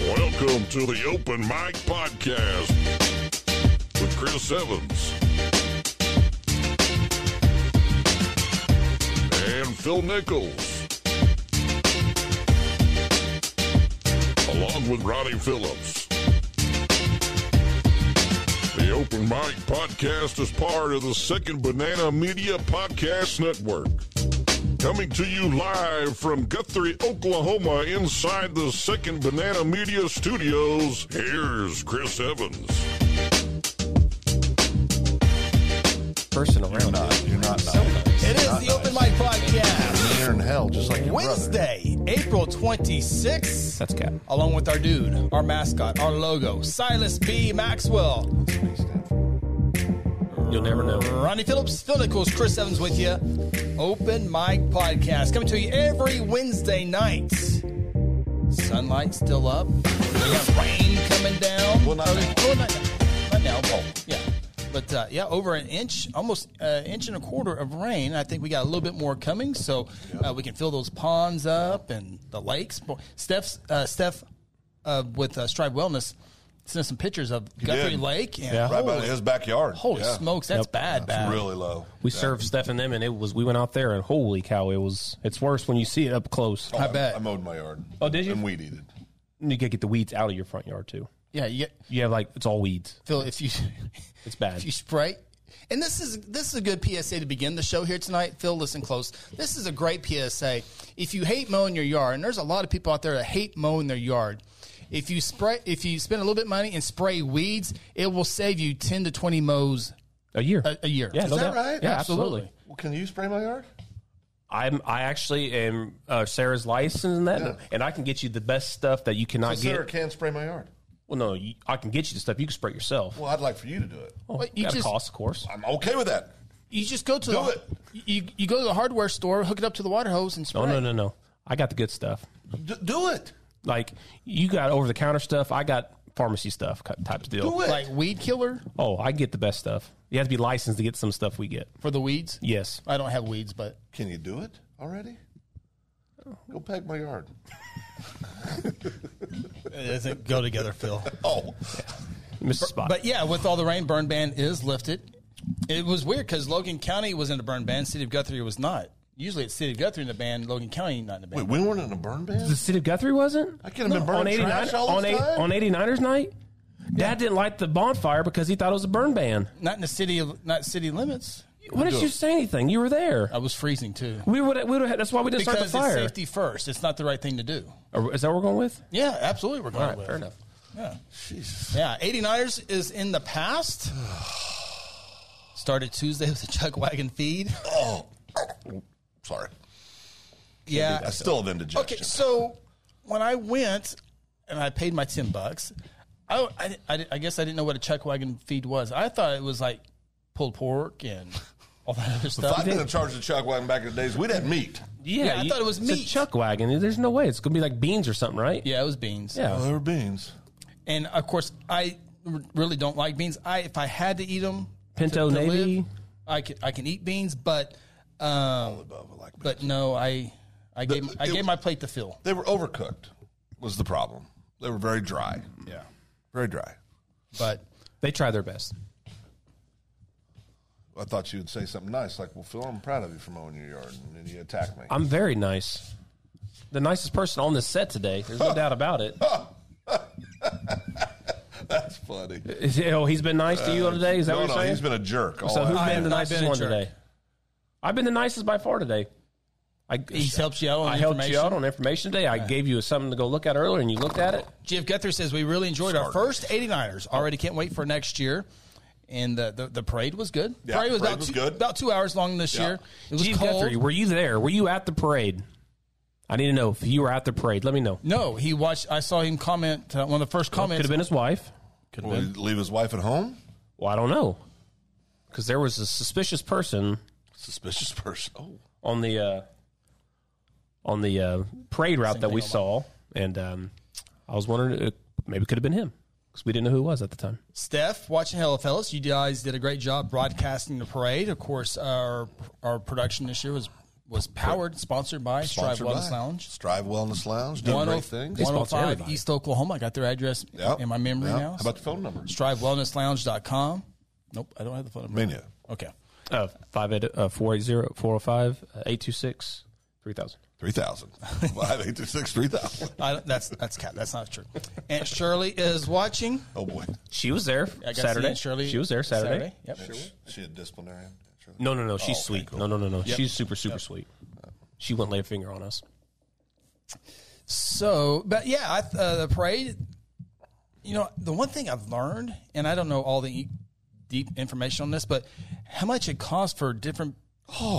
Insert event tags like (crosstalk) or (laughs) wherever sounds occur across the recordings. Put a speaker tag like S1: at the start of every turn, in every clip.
S1: Welcome to the Open Mic Podcast with Chris Evans and Phil Nichols, along with Ronnie Phillips. The Open Mic Podcast is part of the Second Banana Media Podcast Network. Coming to you live from Guthrie, Oklahoma, inside the Second Banana Media Studios, here's Chris Evans.
S2: person around
S3: You're not. You're not. nice.
S4: It is the Open Mic Podcast,
S3: You're in hell, just like your brother.
S4: Wednesday, April 26th.
S2: That's Cap.
S4: Along with our dude, our mascot, our logo, Silas B. Maxwell,
S2: You'll never know.
S4: Ronnie Phillips, Phil Nichols, Chris Evans with you. Open Mic Podcast coming to you every Wednesday night. Sunlight still up. We got rain coming down.
S3: Well, not
S4: Oh,
S3: now.
S4: well, not now. Not now. Well, yeah. But uh, yeah, over an inch, almost an inch and a quarter of rain. I think we got a little bit more coming, so uh, we can fill those ponds up and the lakes. Bo- Steph's uh, Steph uh, with uh, Strive Wellness sent us some pictures of Guthrie
S3: did.
S4: Lake. And
S2: Yeah.
S3: Right by
S4: holy-
S3: his backyard.
S4: Holy
S3: Yeah.
S4: smokes, that's bad, bad.
S3: Really low.
S2: We served Steph and them, and it was we went out there, and holy cow, it was it's worse when you see it up close.
S4: I bet.
S3: I mowed my yard.
S2: Oh, did you?
S3: And weed eated.
S2: You gotta get the weeds out of your front yard too.
S4: yeah, you get,
S2: You have like it's all weeds.
S4: Phil. If you
S2: (laughs) It's bad.
S4: if you spray, and this is this is a good PSA to begin the show here tonight. Phil, listen close. This is a great PSA. If you hate mowing your yard, and there's a lot of people out there that hate mowing their yard. If you spray, if you spend a little bit of money and spray weeds, it will save you ten to twenty mows
S2: A year.
S4: a, a year.
S2: yeah,
S4: Is
S2: no
S4: that
S2: doubt.
S3: right?
S2: Yeah,
S4: Absolutely.
S2: absolutely.
S3: Well, can you spray my yard?
S2: I'm I actually am uh, Sarah's licensed in that, and I can get you the best stuff that you cannot get.
S3: Sarah can spray my yard.
S2: Well, no, you, I can get you the stuff you can spray yourself.
S3: Well, I'd like for you to do it.
S2: Well,
S4: you
S2: you got
S4: just-
S2: a cost, of course.
S3: I'm okay with that.
S4: You just go to
S3: Do
S4: the
S3: it.
S4: you you go to the hardware store, hook it up to the water hose, and spray.
S2: No, no, no, no. I got the good stuff.
S3: D- do it.
S2: Like you got over the counter stuff. I got pharmacy stuff ki- type of deal.
S3: Do it.
S4: Like weed killer
S2: Oh, I get the best stuff. You have to be licensed to get some stuff we get.
S4: for the weeds.
S2: Yes.
S4: I don't have weeds, but
S3: Can you do it already? Go peg my yard.
S4: it doesn't go together, Phil.
S3: Oh,
S2: Mr. Spot.
S4: But yeah, with all the rain, burn ban is lifted. It was weird because Logan County was in a burn ban, City of Guthrie was not. Usually, it's City of Guthrie in the ban, Logan County not in the ban.
S3: (laughs) wait, we weren't in a burn
S2: the
S3: ban.
S2: city of Guthrie wasn't?
S3: I could have been
S2: on
S3: burning
S2: 89
S3: trash all
S2: on,
S3: this
S2: eight-
S3: time.
S2: on 89ers night? Dad didn't light the bonfire because he thought it was a burn ban.
S4: Not in the city, of, not city limits.
S2: Why didn't you say anything? You were there.
S4: I was freezing too.
S2: We would we would that's why we didn't
S4: Because it's
S2: start the
S4: safety first. It's not the right thing to do.
S2: fire. Or- Is that what we're going with?
S4: Yeah, absolutely. We're going
S2: All right,
S4: with.
S2: fair enough.
S4: Yeah.
S3: Jesus.
S4: Yeah, 89ers is in the past.
S2: (sighs)
S4: Started Tuesday with the Chuck Wagon feed.
S3: Oh, sorry. I
S4: Yeah.
S3: still have indigestion.
S4: Okay, so when I went and I paid my ten bucks, I, I, I- I guess I didn't know what a chuck wagon feed was. I thought it was like pulled pork and all
S2: (laughs)
S4: that other
S3: if
S4: stuff.
S3: I'd been in charge of the chuck wagon back in the days, we'd have meat.
S2: Yeah,
S4: Yeah, I thought it was
S2: it's
S4: meat.
S2: a chuck wagon. There's no way. It's going to be like beans or something, right?
S4: Yeah, it was beans.
S2: Yeah.
S3: there were beans.
S4: and of course I r- really don't like beans. I if I had to eat them,
S2: Pinto navy.
S4: I can I can eat beans, but um,
S3: Above, like beans.
S4: but no, I I gave I
S3: it-
S4: gave my plate to Phil.
S3: They were overcooked. Was the problem? They were very dry. Yeah, very dry.
S4: But
S2: They try their best.
S3: I thought you would say something nice, like, "Well, Phil, I'm proud of you for mowing your yard," and then you attacked me.
S2: I'm very nice. The nicest person on this set today.
S4: (laughs)
S2: There's no doubt about it.
S3: (laughs) That's funny.
S2: Is he- oh, he's been nice to you today. Is that
S3: Uh, no,
S2: what
S3: no,
S2: you're saying?
S3: he's been a jerk. All
S2: so who's
S3: out.
S2: been the
S4: not
S2: nicest
S4: been a
S2: one
S4: jerk.
S2: today? I've been the nicest by far today. I
S4: he helps you out on
S2: I helped
S4: information.
S2: you out on information today. I gave you something to go look at earlier, and you looked at it.
S4: Jeff Guthrie says we really enjoyed our first 89ers. Already can't wait for next year. And the, the, the parade was good.
S3: Yeah,
S4: parade was,
S3: parade
S4: about,
S3: was
S4: two,
S3: good.
S4: about two hours long this
S3: Yeah.
S4: year. It was
S2: Jeff
S4: cold.
S2: Guthrie, were you there? Were you at the parade? I need to know if you were at the parade. Let me know.
S4: No, he watched. I saw him comment uh, one of the first
S2: Could
S4: comments.
S2: have been his wife.
S3: Will he leave his wife at home?
S2: Well, I don't know because there was a suspicious person
S3: Suspicious (laughs) person. Oh,
S2: on the uh, on the uh, parade route that we saw, and um, I was wondering uh, maybe it could have been him because we didn't know who it was at the time.
S4: Steph, watching Hello Fellas, you guys did a great job broadcasting the parade. Of course, our our production this year was was powered, sponsored by
S3: Sponsored
S4: Strive Wellness
S3: by
S4: Lounge.
S3: Strive Wellness Lounge. Doing great things.
S2: They sponsor
S4: 105
S2: everybody.
S4: East Oklahoma. I got their address
S3: Yep.
S4: in my memory
S3: Yep.
S4: now.
S3: How about the phone number?
S4: StriveWellnessLounge.com. Nope, I don't have the phone number.
S3: Menu.
S4: Okay.
S2: Uh, 580 uh, 480 405 826 3000.
S3: 3,000. 5826 3,000.
S4: I, that's that's cat. That's not true. Aunt Shirley is watching.
S3: Oh, boy.
S2: She was there
S4: I got to see
S2: Saturday.
S4: Aunt Shirley.
S2: She was there Saturday.
S4: Yep.
S3: Is she a disciplinarian? Sure.
S2: No, no, no.
S4: Oh,
S2: She's sweet. No, no, no, no. She's super, super sweet. She wouldn't lay a finger on us.
S4: So, but yeah, I, uh, the parade. You know, the one thing I've learned, and I don't know all the e- deep information on this, but how much it costs for different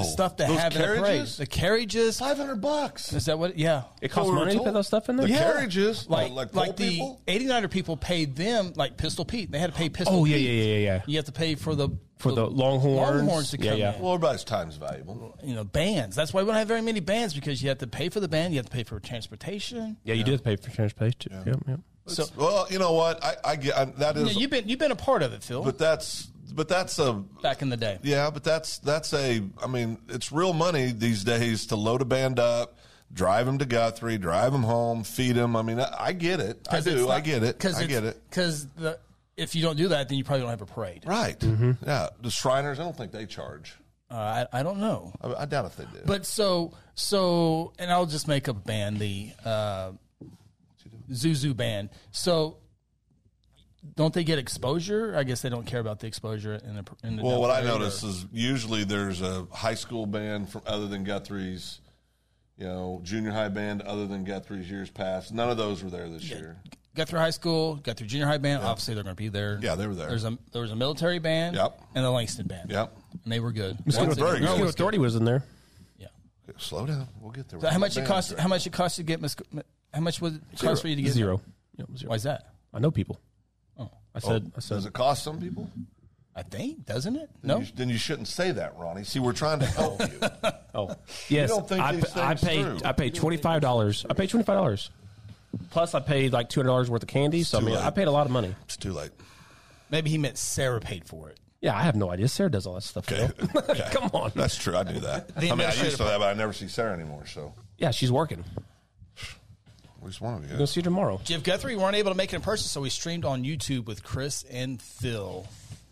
S4: stuff to
S3: Oh, those
S4: have in a parade.
S3: carriages?
S4: The carriages.
S3: 500 bucks.
S4: Is that what? Yeah.
S2: It costs
S3: we were
S2: money to put
S3: told.
S2: that stuff in there?
S3: The carriages,
S4: Like, like,
S3: coal
S4: the
S3: people.
S4: 89er people paid them, like Pistol Pete. They had to pay Pistol
S2: Oh, yeah,
S4: Pete.
S2: yeah, yeah, yeah, yeah.
S4: You have to pay for the
S2: For the Longhorns.
S4: Longhorns to
S2: Yeah,
S4: come
S2: yeah.
S4: in.
S3: Well, everybody's time's valuable.
S4: you know bands. That's why we don't have very many bands because you have to pay for the band, you have to pay for transportation.
S2: Yeah, you do have to pay for transportation. Yeah. Yep, yep.
S4: So
S3: Well, you know what? I, I get I, that
S4: you
S3: is,
S4: have been you've been a part of it, Phil,
S3: but that's, but that's a,
S4: back in the day.
S3: yeah, but that's, that's a, I mean, it's real money these days to load a band up, drive them to Guthrie, drive them home, feed them. I mean, I, I get it. I do. I get it. I get it.
S4: Because if you don't do that, then you probably don't have a parade.
S3: Right. Yeah. The Shriners, I don't think they charge.
S4: Uh, I, I don't know,
S3: I, I doubt if they do.
S4: but so so, and I'll just make up a band, the uh, Zuzu band. So. Don't they get exposure? I guess they don't care about the exposure in the. In the
S3: Well, what I
S4: parade or-
S3: notice is usually there's a high school band from other than Guthrie's, you know, junior high band other than Guthrie's years past. None of those were there this year.
S4: got through high school, got through junior high band. Obviously, they're going to be there.
S3: Yeah, they were there.
S4: There's a there was a military band.
S3: Yep.
S4: And the Langston band.
S3: Yep.
S4: And they were good.
S3: Mosquito
S4: Once
S3: Authority.
S4: again,
S2: Mosquito
S4: no,
S2: Authority was in there.
S4: Yeah.
S3: Okay, Slow down. We'll get there.
S4: So how much it
S3: Bands,
S4: cost?
S3: right?
S4: How much it cost to get? Mis- how much was it cost for you to get
S2: Zero. Yep, zero.
S4: Why Oh. is that?
S2: I know people. Oh, I said, I said,
S3: Does it cost some people?
S4: I think doesn't it? No.
S3: You- then you shouldn't say that, Ronnie. See, we're trying to help (laughs) you.
S2: oh, yes.
S3: don't think
S2: I,
S3: these
S2: pa- I
S3: things
S2: paid,
S3: through.
S2: I paid twenty five dollars. I paid twenty five dollars. Plus, I paid like two hundred dollars worth of candy. So I
S3: too
S2: mean,
S3: late.
S2: I paid a lot of money.
S3: It's too late.
S4: Maybe he meant Sarah paid for it.
S2: Yeah, I have no idea. Sarah does all that stuff.
S3: Okay.
S2: though.
S3: (laughs) Okay.
S2: (laughs) Come on.
S3: That's true. I knew that. I mean, I used to that, but I never see Sarah anymore. So
S2: Yeah, she's working.
S3: at least one of you.
S2: We'll see you tomorrow.
S4: Jeff Guthrie weren't able to make it in person, so we streamed on YouTube with Chris and Phil.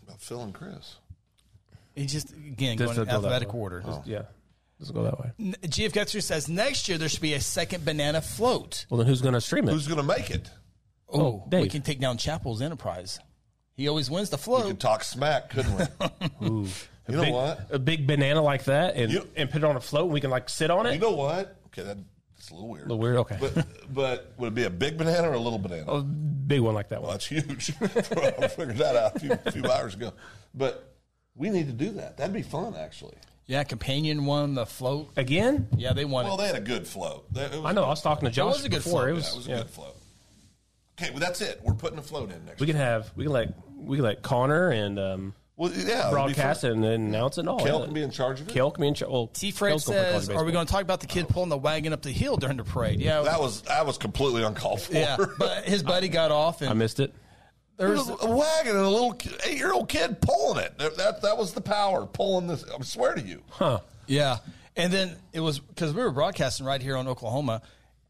S3: About Phil and Chris.
S4: He just again
S2: Does
S4: going in
S2: it go that
S4: alphabetic
S2: way?
S4: order.
S3: Oh.
S2: Yeah, doesn't go that way.
S4: N- GF Guthrie says next year there should be a second banana float.
S2: Well, then who's going to stream it?
S3: Who's going to make it?
S4: Oh,
S2: Oh, Dave.
S4: we can take down Chapel's Enterprise. He always wins the
S3: We could
S4: float.
S3: talk smack, couldn't we?
S2: Ooh.
S3: You know
S2: big,
S3: what?
S2: A big banana like that, and
S3: You-
S2: and put it on a float, and we can like sit on it.
S3: You know what? Okay, that, that's a little weird.
S2: The weird, okay, Oh.
S3: But but would it be a big banana or a little banana?
S2: a big one like that one.
S3: Well, that's huge. (laughs) I figured that out a few, a few hours ago. But we need to do that. That'd be fun, actually.
S4: Yeah, Companion won the float.
S2: Again,
S4: Yeah, they won
S3: Well,
S4: it.
S3: they had a good float. That, it was,
S2: I know. I was talking to Josh
S4: was a good float.
S2: before. It
S3: Yeah,
S2: was,
S3: it was a
S2: yeah.
S3: good float. Okay, well that's it. We're putting a float in next.
S2: We can have we can let we can let Connor and um,
S3: well, yeah, it'd be
S2: broadcast
S3: fun.
S2: it and then announce it. And all
S3: Kel can be in charge of it.
S2: Kel can be in charge. Well,
S4: T. Fred
S2: Kel's gonna play college
S4: says, "Are we
S2: baseball.
S4: going to talk about the kid pulling the wagon up the hill during the parade?" Yeah,
S3: That was that was completely uncalled for.
S4: yeah. (laughs)
S3: (laughs)
S4: But his buddy got off,
S2: I
S4: and
S2: missed it.
S4: there
S3: There's
S4: was
S3: a wagon and a little eight year old kid pulling it. That, that that was the power pulling this. I swear to you.
S4: yeah, and then it was because we were broadcasting right here on Oklahoma,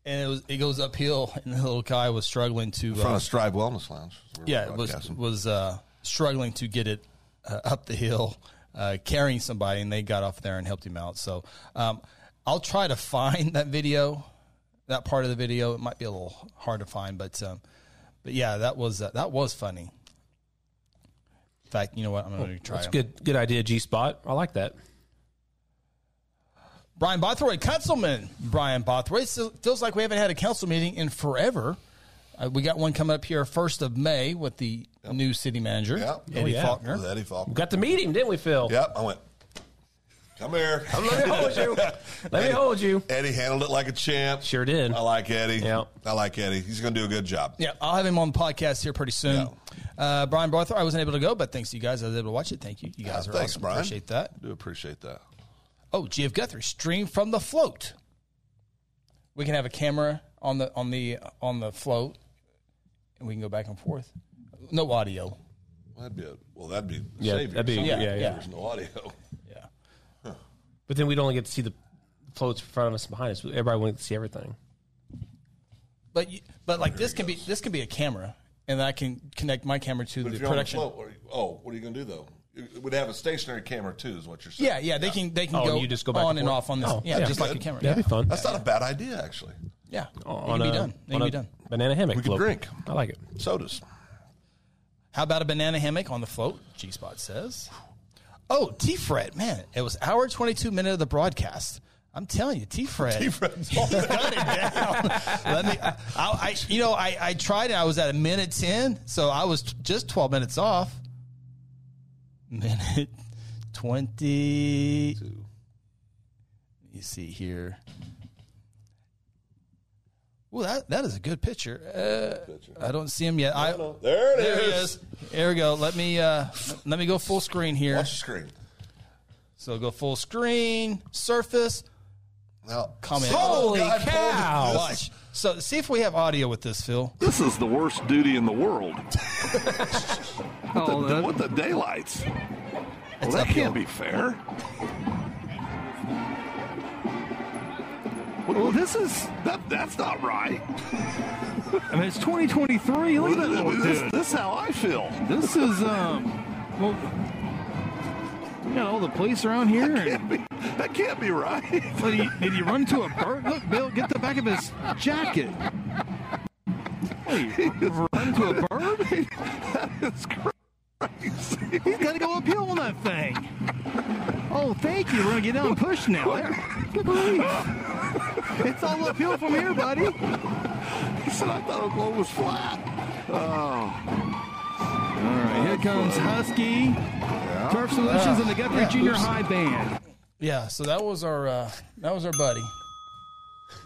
S4: and it was it goes uphill, and the little guy was struggling to
S3: front
S4: uh,
S3: of Strive Wellness Lounge. We're
S4: yeah it was
S3: broadcasting.
S4: was uh, struggling to get it uh, up the hill uh, carrying somebody and they got off there and helped him out so um, i'll try to find that video that part of the video it might be a little hard to find but um, but yeah that was uh, that was funny in fact you know what i'm gonna try
S2: Oh, That's
S4: it.
S2: good. Good idea, G Spot. I like that.
S4: Brian Bothroyd, councilman Brian Bothroyd. So- Feels like we haven't had a council meeting in forever. Uh, we got one coming up here first of May with the new city manager,
S3: Yep. Oh,
S4: Eddie
S2: yeah.
S4: Faulkner.
S3: With Eddie
S2: We
S3: Faulkner.
S2: got to meet him, didn't we, Phil?
S3: Yep, I went. Come here.
S2: (laughs) Let me hold you. Let me hold you.
S3: Eddie handled it like a champ.
S2: Sure did.
S3: I like Eddie.
S2: Yep.
S3: I like Eddie. He's going to do a good job.
S4: Yeah, I'll have him on the podcast here pretty soon. Uh, Brian Barthor, I wasn't able to go, but thanks to you guys, I was able to watch it. Thank you. You guys
S3: Yeah,
S4: are
S3: Ah, thanks,
S4: awesome.
S3: Brian.
S4: Appreciate that.
S3: Do appreciate that.
S4: Oh, GF Guthrie, stream from the float. We can have a camera on the on the on the float, and we can go back and forth. No audio.
S3: Well, that'd be a, well. That'd be
S2: Yeah,
S3: savior.
S2: that'd be
S3: Something (laughs)
S2: yeah,
S4: Yeah,
S2: yeah,
S4: yeah.
S3: There's no audio.
S4: Yeah.
S2: But then we'd only get to see the floats in front of us and behind us. Everybody wanted to see everything.
S4: But you, but like this can be this can be a camera, and I can connect my camera to
S3: But
S4: the
S3: if you're on the
S4: production.
S3: float, what are you- oh, what are you going to do though? It would have a stationary camera too, is what you're saying.
S4: yeah, yeah, they can they can
S2: Oh,
S4: go,
S2: and you just go back
S4: on
S2: and
S4: and
S2: forth?
S4: off on this.
S2: Oh,
S4: yeah,
S2: yeah.
S4: just like a camera.
S2: That'd be fun.
S3: That's not a bad idea actually.
S4: Yeah,
S2: On
S4: it can
S2: a-
S4: be done. It
S2: on
S4: can
S2: a
S4: be done.
S2: Banana hammock.
S3: We could
S2: float.
S3: drink.
S2: I like it.
S3: Sodas.
S4: How about a banana hammock on the float? G Spot says. Oh, T Fred, man, it was hour 22 minute of the broadcast. I'm telling you, T Fred. T Fred's got it down. (laughs) Let me, I, I, you know, I, I tried it. I was at a minute 10, so I was t- just 12 minutes off. Minute 20. You see here. Well, that, that is a good picture. Uh, I don't see him yet. I,
S3: There it
S4: there he
S3: is.
S4: is. Here we go. Let me uh, let me go full screen here.
S3: Watch the screen.
S4: So go full screen, surface,
S3: Now,
S4: comment.
S3: Holy
S5: Oh,
S4: Holy
S3: cow.
S4: cow! Watch. So see if we have audio with this, Phil.
S6: This is the worst duty in the
S5: (laughs)
S6: world. what, the, what the daylights? Well, that can't be fair. Well, this is that. That's not right.
S5: I mean, it's 2023. Look at that
S6: Well,
S5: little
S6: this,
S5: dude.
S6: this is how I feel.
S5: This is, um, well, you know, the police around here. And,
S6: Can't be- that can't be right.
S5: Well, you- did you run to a bird? Look, Bill, get the back of his jacket. What, you run to a bird?
S6: It's crazy.
S5: He's got to go uphill on that thing. Oh, thank you. We're going to get down and push now. There. Good grief. It's all uphill from here, buddy.
S6: He said I thought Oklahoma was flat. Oh,
S5: All right, here comes Husky, Turf Solutions, and the Guthrie Junior High Band.
S4: Yeah. So that was our uh, that was our buddy.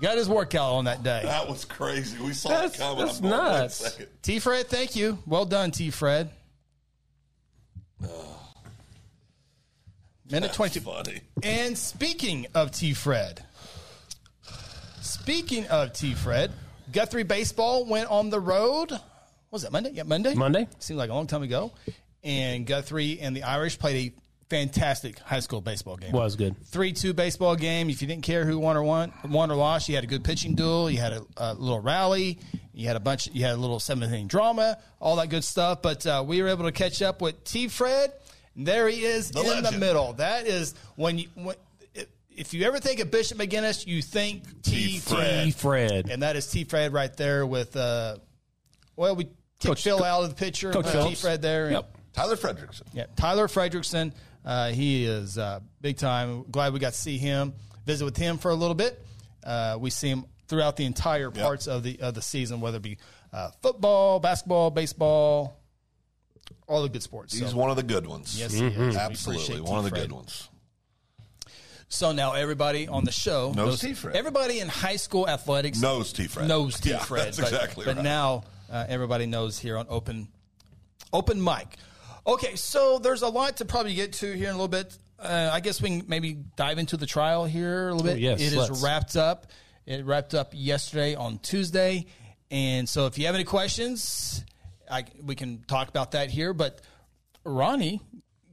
S4: Got his workout on that day.
S3: That was crazy. We saw
S2: That's-
S3: it coming.
S2: that's
S3: I'm going, "Wait a
S2: nuts."
S3: second."
S4: T Fred, thank you. Well done, T Fred. Minute twenty-two.
S3: Funny.
S4: And speaking of T Fred, speaking of T Fred, Guthrie Baseball went on the road. What was that Monday? Yeah, Monday.
S2: Monday.
S4: Seemed like a long time ago. And Guthrie and the Irish played a fantastic high school baseball game.
S2: Was good.
S4: Three-two baseball game. If you didn't care who won or won, won or lost, you had a good pitching duel. You had a, a little rally. You had a bunch. You had a little seventh inning drama. All that good stuff. But uh, we were able to catch up with T. Fred. There he is in the
S3: legend.
S4: middle. That is when you when, if you ever think of Bishop McGinnis, you think T.
S3: T.
S4: Fred.
S2: E. Fred.
S4: and that is T. Fred right there with. Uh, well, we took
S2: Coach-
S4: Phil out of the picture.
S2: Coach
S4: put T.
S2: Phillips.
S4: Fred there. and-
S2: Yep.
S3: Tyler Fredrickson.
S4: yeah, Tyler Fredrickson. Uh, he is uh, big time. Glad we got to see him. Visit with him for a little bit. Uh, we see him throughout the entire parts of the of the season, whether it be uh, football, basketball, baseball, all the good sports.
S3: He's
S4: So,
S3: one of the good ones.
S4: Yes, he is. We
S3: Absolutely.
S4: appreciate
S3: One of the
S4: T. Fred.
S3: good ones.
S4: so now everybody on the show
S3: Knows T. Fred.
S4: Everybody in high school athletics
S3: Knows T. Fred.
S4: knows T.
S3: Yeah,
S4: Fred.
S3: That's
S4: but,
S3: exactly
S4: But
S3: right.
S4: now uh, everybody knows here on open open mic. Okay, so there's a lot to probably get to here in a little bit. Uh, I guess we can maybe dive into the trial here a little bit.
S2: Oh, yes,
S4: it is
S2: let's.
S4: wrapped up. It wrapped up yesterday on Tuesday, and so if you have any questions, I, we can talk about that here. But Ronnie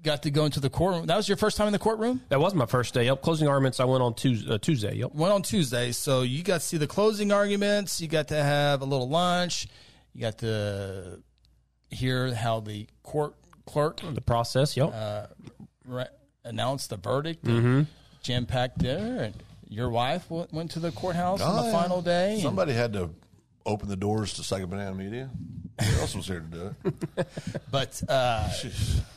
S4: got to go into the courtroom. That was your first time in the courtroom.
S2: That was my first day. Yep. Closing arguments. I went on Tuesday. Uh, Tuesday. Yep.
S4: went on Tuesday, so you got to see the closing arguments. You got to have a little lunch. You got to hear how the court clerk
S2: The process. Yep.
S4: re- announced the verdict.
S3: Mm-hmm.
S4: Jam packed there, and your wife w- went to the courthouse on the
S3: Oh, yeah.
S4: final day. and-
S3: Somebody had to open the doors to Second Banana Media. Who else was here to do
S4: (laughs)
S3: it?
S4: but uh,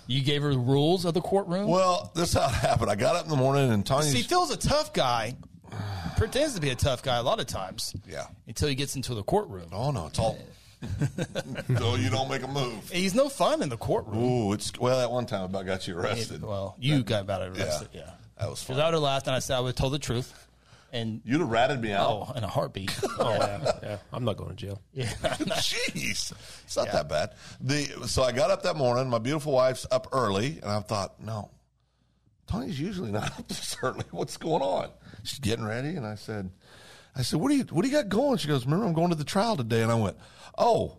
S4: you gave her the rules of the courtroom.
S3: Well, this is how it happened. I got up in the morning and Tanya.
S4: See, Phil's a tough guy. (sighs) Pretends to be a tough guy a lot of times.
S3: Yeah.
S4: Until he gets into the courtroom.
S3: oh no, it's
S4: (laughs)
S3: all. no, you don't make a move.
S4: He's no fun in the courtroom.
S3: Ooh, it's well. That one time about got you arrested.
S4: Well, you got about arrested.
S3: Yeah.
S4: yeah.
S3: that was
S4: Because I
S3: fun.
S4: would have laughed and I said I would have told the truth. And
S3: You'd have ratted me out.
S4: oh, in a heartbeat.
S2: (laughs) oh yeah. yeah. I'm not going to jail.
S3: (laughs) Jeez, it's not that bad. The so I got up that morning. My beautiful wife's up early, and I thought, no, Tony's usually not (laughs) up this early. What's going on? She's getting ready, and I said, I said, what do you what do you got going? She goes, remember I'm going to the trial today, and I went, oh,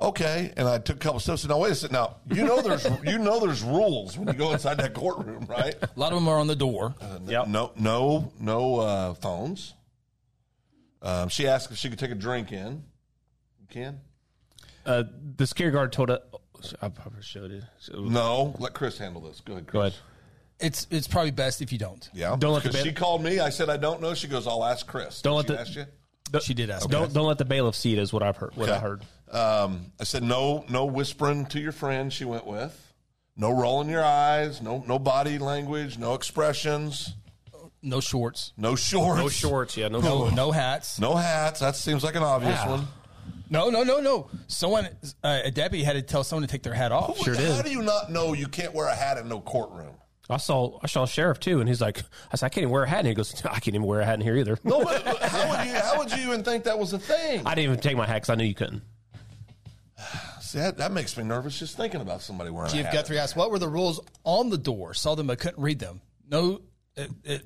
S3: Okay, and I took a couple steps. And now wait a second. Now you know there's (laughs) you know there's rules when you go inside that courtroom, right?
S4: A lot of them are on the door.
S2: Yep.
S3: No, no, no uh, phones. Um, she asked if she could take a drink in. You can?
S2: Uh, the security guard told us. I probably showed it. So-
S3: No. Let Chris handle this. Go ahead, Chris.
S2: Go ahead.
S4: It's it's probably best if you don't.
S3: Yeah.
S2: Don't let the
S3: 'Cause
S2: bit-
S3: she called me. I said I don't know. She goes, I'll ask Chris.
S2: Don't let
S3: She
S2: the-
S3: asked you?
S4: She did ask.
S2: Don't don't let the bailiff see it. Is what I've heard. What I
S3: Okay.
S2: heard.
S3: Um, I said no, no whispering to your friend. She went with no rolling your eyes, no no body language, no expressions,
S4: No shorts.
S3: no shorts,
S2: No shorts. Yeah. No.
S4: No no hats.
S3: no hats. That seems like an obvious one.
S4: No no no no. Someone uh, a deputy had to tell someone to take their hat off.
S2: Sure
S3: How
S2: did.
S3: do you not know you can't wear a hat in no courtroom?
S2: I saw I saw a sheriff too, and he's like, I said I can't even wear a hat, and he goes, I can't even wear a hat in here either.
S3: No, but but how would you how would you even think that was a thing?
S2: (laughs) I didn't even take my hat because I knew you couldn't.
S3: See, that, that makes me nervous just thinking about somebody wearing a
S4: Chief
S3: hat.
S4: Guthrie asked, "What were the rules on the door?" Saw them, but couldn't read them. No, it, it,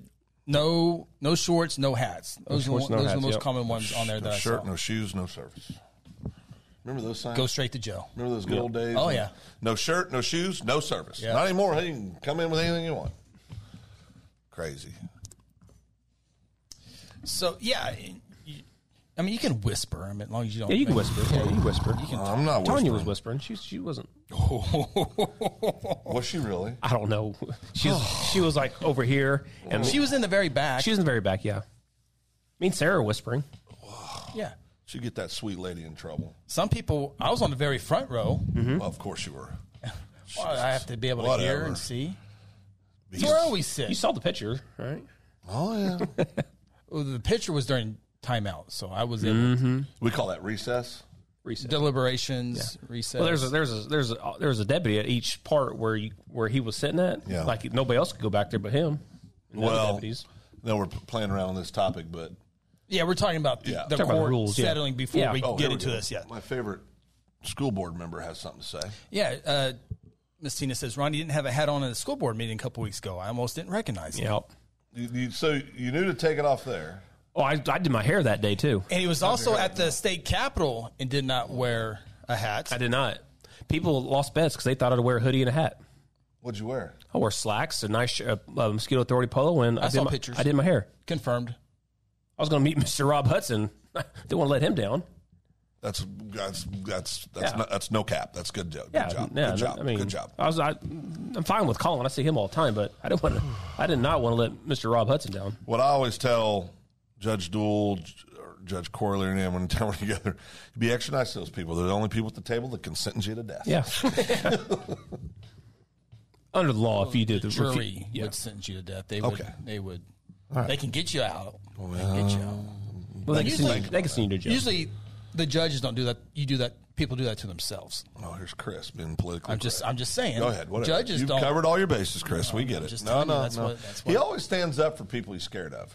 S4: no, no shorts, no hats. Those,
S2: shorts,
S4: are, the-
S2: no
S4: those are
S2: hats,
S4: the most
S2: yep.
S4: common ones on there.
S3: No
S4: That I
S3: shirt,
S4: saw.
S3: no shoes, no service. Remember those signs?
S4: Go straight to jail.
S3: Remember those good old days?
S4: Oh,
S3: when
S4: yeah.
S3: No shirt, no shoes, no service.
S4: Yeah.
S3: Not anymore. Hey, you can come in with anything you want. Crazy.
S4: So yeah, you- I mean you can whisper. I mean, as long as you don't.
S2: Yeah, you can
S4: make-
S2: whisper. Yeah, you whispered. You
S3: I'm not
S2: Tanya was
S3: whispering.
S2: whispering. She she wasn't.
S3: Was she really?
S2: I don't know. (laughs) (sighs) She's she was like over here, and
S4: She was in the very back.
S2: she was in the very back. Yeah. Me and Sarah were whispering.
S4: yeah.
S3: She get that sweet lady in trouble.
S4: Some people. I was on the very front row.
S3: Well, of course you were.
S4: Well, I have to be able to hear
S3: Whatever.
S4: and see.
S3: Because-
S4: So where are we sitting?
S2: You saw the picture, right?
S3: Oh yeah.
S4: Well, the picture was during timeout, so I was in
S3: (laughs) we call that recess.
S2: Reset.
S4: deliberations, recess.
S2: Mm-hmm. Well, there's a there's a there's a there's a deputy at each part where you where he was sitting at.
S3: Yeah.
S2: Like nobody else could go back there but him. And the other
S3: Well,
S2: deputies.
S3: no, we're p- playing around on this topic, but
S4: Yeah, we're talking about the,
S3: Yeah.
S4: the
S2: Talking about
S4: court
S2: rules, yeah.
S4: settling before
S2: Yeah.
S4: we
S2: Oh,
S3: here
S4: get
S3: we
S4: into
S3: go.
S4: this. Yeah,
S3: My favorite school board member has something to say.
S4: yeah. Uh, Miss Tina says Ronnie didn't have a hat on at a school board meeting a couple weeks ago. I almost didn't recognize him,
S2: Yeah.
S3: You, you, so you knew to take it off there.
S2: Oh, I, I did my hair that day too.
S4: and he was also at the state capitol and did not wear a hat.
S2: I did not. People lost bets because they thought I'd wear a hoodie and a hat.
S3: What'd you wear?
S2: I wore slacks, a nice uh, uh, Mosquito Authority polo, and I, did
S4: saw
S2: my,
S4: pictures.
S2: I did my hair.
S4: Confirmed.
S2: I was going to meet (laughs) Mr. Rob Hudson. Didn't want to let him down.
S3: That's that's that's that's,
S2: Yeah.
S3: no, that's no cap. That's good, jo- good
S2: Yeah,
S3: job.
S2: yeah,
S3: good job.
S2: I mean,
S3: good job.
S2: I was, I, I'm fine with Colin. I see him all the time, but I didn't want to. I did not want to let Mr. Rob Hudson down.
S3: What I always tell Judge Duell J- or Judge Corley and him when (laughs) we're together, be extra nice to those people. They're the only people at the table that can sentence you to death.
S2: Yeah. (laughs) Under the law, if you did the if
S4: Jury
S2: you- yeah.
S4: would sentence you to death. They
S3: Okay.
S4: would. They would. They can get you out. they can get you out.
S2: well, they can,
S4: Usually-
S2: send you, they can send you to jail.
S4: Usually, the judges don't do that. You do that. People do that to themselves.
S3: Oh, here's Chris being political.
S4: I'm just.
S3: correct.
S4: I'm just saying.
S3: Go ahead. Whatever.
S4: Judges
S3: You've
S4: don't.
S3: covered all your bases, Chris. we get it.
S4: just
S3: no,
S4: telling you,
S3: no,
S4: that's
S3: no.
S4: what- that's
S3: He
S4: what-
S3: always stands up for people he's scared of.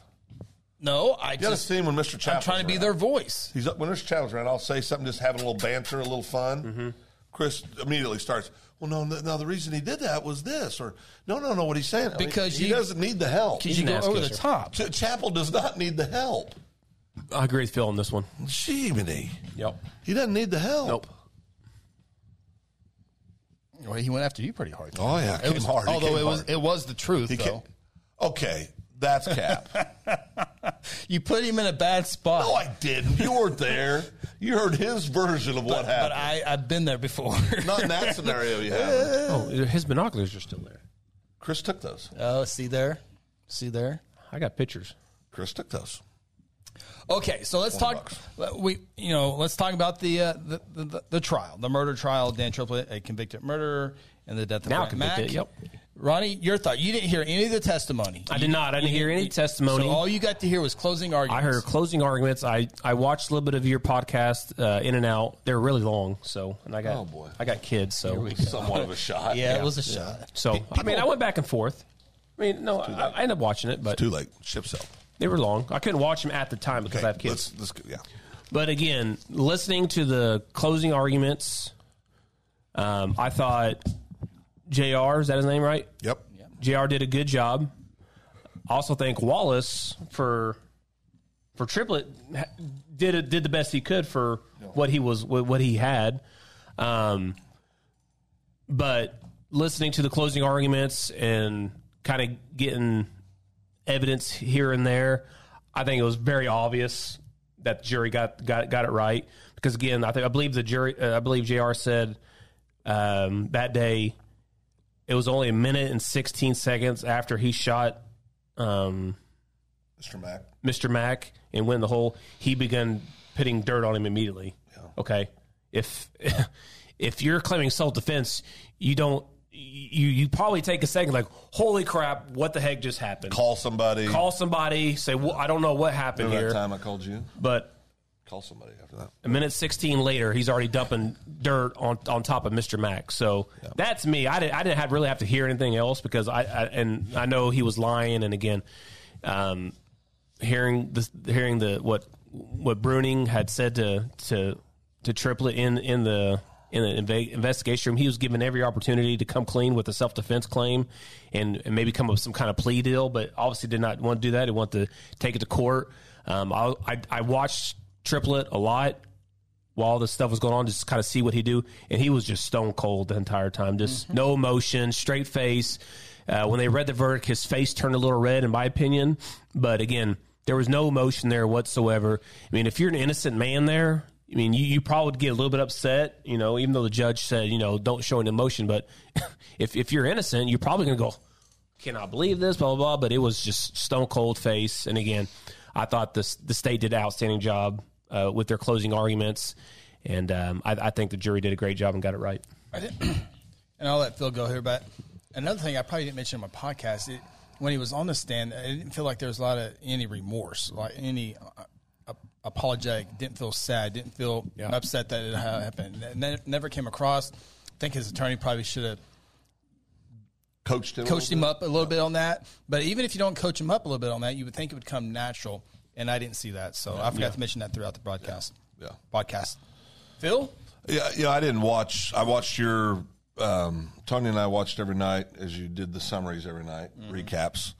S4: no, I
S3: You got to
S4: just.
S3: see him when Mr. Chapel.
S4: I'm trying to be their voice.
S3: He's up when there's challenge around. I'll say something, just having a little banter, a little fun.
S4: Mm-hmm.
S3: Chris immediately starts. Well, no, no, no, the reason he did that was this, or no, no, no, what he's saying I mean,
S4: Because
S3: he
S4: you-
S3: doesn't need the help.
S4: Because you
S2: an
S4: go
S2: ass
S4: over the
S2: kisser.
S4: top.
S3: Ch- Chapel does not need the help.
S2: I agree with Phil on this one.
S3: Jiminy,
S2: Yep.
S3: he doesn't need the help.
S2: Nope.
S4: Well, he went after you pretty hard.
S3: Oh yeah,
S4: It was,
S3: hard. He
S4: although
S3: came
S4: it was
S3: hard.
S4: it was the truth
S3: He
S4: though.
S3: ca- okay, that's cap.
S4: You put him in a bad spot.
S3: (laughs) no, I didn't. You were there. You heard his version of what
S4: but
S3: happened.
S4: I, I've been there before.
S3: not in that scenario. You (laughs) haven't.
S2: Oh, his binoculars are still there.
S3: Chris took those.
S4: (laughs) oh, see there, see there.
S2: I got pictures.
S3: Chris took those.
S4: Okay, so let's talk. We you know let's talk about the, uh, the, the the the trial, the murder trial. of Dan Triplett, a convicted murderer, and the death of
S2: Now
S4: Brett Mack.
S2: convicted, yep.
S4: Ronnie, your thought? You didn't hear any of the testimony.
S2: I did not. I didn't hear any testimony.
S4: So all you got to hear was closing
S2: I
S4: arguments.
S2: heard closing arguments. I, I watched a little bit of your podcast, uh, in and out. They're really long, so and I got
S3: Oh, boy.
S2: I got kids, so
S3: Somewhat of a shot.
S4: Yeah, it was a shot.
S2: so I mean I went back and forth. I mean no, I, I ended up watching it, but
S3: Too late. Ship sailed.
S2: they were long. I couldn't watch them at the time because I have kids.
S3: Let's, let's go. Yeah.
S2: But again, listening to the closing arguments, um, I thought Jr. is that his name right?
S3: Yep.
S2: Jr. did a good job. I also think Wallace for for triplet ha- did a, did the best he could for what he was what what he had. Um, but listening to the closing arguments and kind of getting evidence here and there, I think it was very obvious that the jury got got got it right because again, I think I believe the jury, uh, I believe Jr. said um, that day it was only a minute and sixteen seconds after he shot. Um,
S3: Mr. Mack.
S2: Mr. Mack and went in the hole, he began putting dirt on him immediately. Okay. If (laughs) if you're claiming self defense, you don't you you probably take a second like, holy crap, what the heck just happened?
S3: Call somebody.
S2: Call somebody, say, well, I don't know what happened
S3: Remember that
S2: here.
S3: time I called you?
S2: But
S3: Call somebody after that.
S2: a minute 16 later, he's already dumping dirt on, on top of Mr. Mack. So that's me. I didn't, I didn't have, really have to hear anything else because I, I and I know he was lying. And again, um, hearing the hearing the what what Bruning had said to to to Triplet in in the in the inve- investigation room, he was given every opportunity to come clean with a self defense claim and, and maybe come up with some kind of plea deal, but obviously did not want to do that. He wanted to take it to court. Um, I, I I watched Triplet a lot while this stuff was going on, just kind of see what he do. And he was just stone cold the entire time, just no emotion, straight face. Uh, when they read the verdict, his face turned a little red, in my opinion. But again, there was no emotion there whatsoever. I mean, if you're an innocent man there, I mean, you, you probably would get a little bit upset, you know, even though the judge said, you know, don't show an emotion. But (laughs) if, if you're innocent, you're probably going to go, cannot believe this, blah, blah, blah. But it was just stone cold face. And again, I thought this, the state did an outstanding job uh, with their closing arguments. And um, I, I think the jury did a great job and got it right.
S4: I didn't, (clears throat) and I'll let Phil go here, but another thing I probably didn't mention in my podcast, it, when he was on the stand, I didn't feel like there was a lot of any remorse, like any uh, ap- apologetic. Didn't feel sad. Didn't feel upset that it ha- happened. That ne- never came across. I think his attorney probably should have
S3: Coached him. a
S4: coached
S3: little
S4: him
S3: bit.
S4: up a little bit on that. But even if you don't coach him up a little bit on that, you would think it would come natural. And I didn't see that, so I forgot to mention that throughout the broadcast.
S3: Yeah.
S4: podcast. Phil,
S3: Yeah, yeah. I didn't watch. I watched your um, Tony and I watched every night as you did the summaries every night, recaps.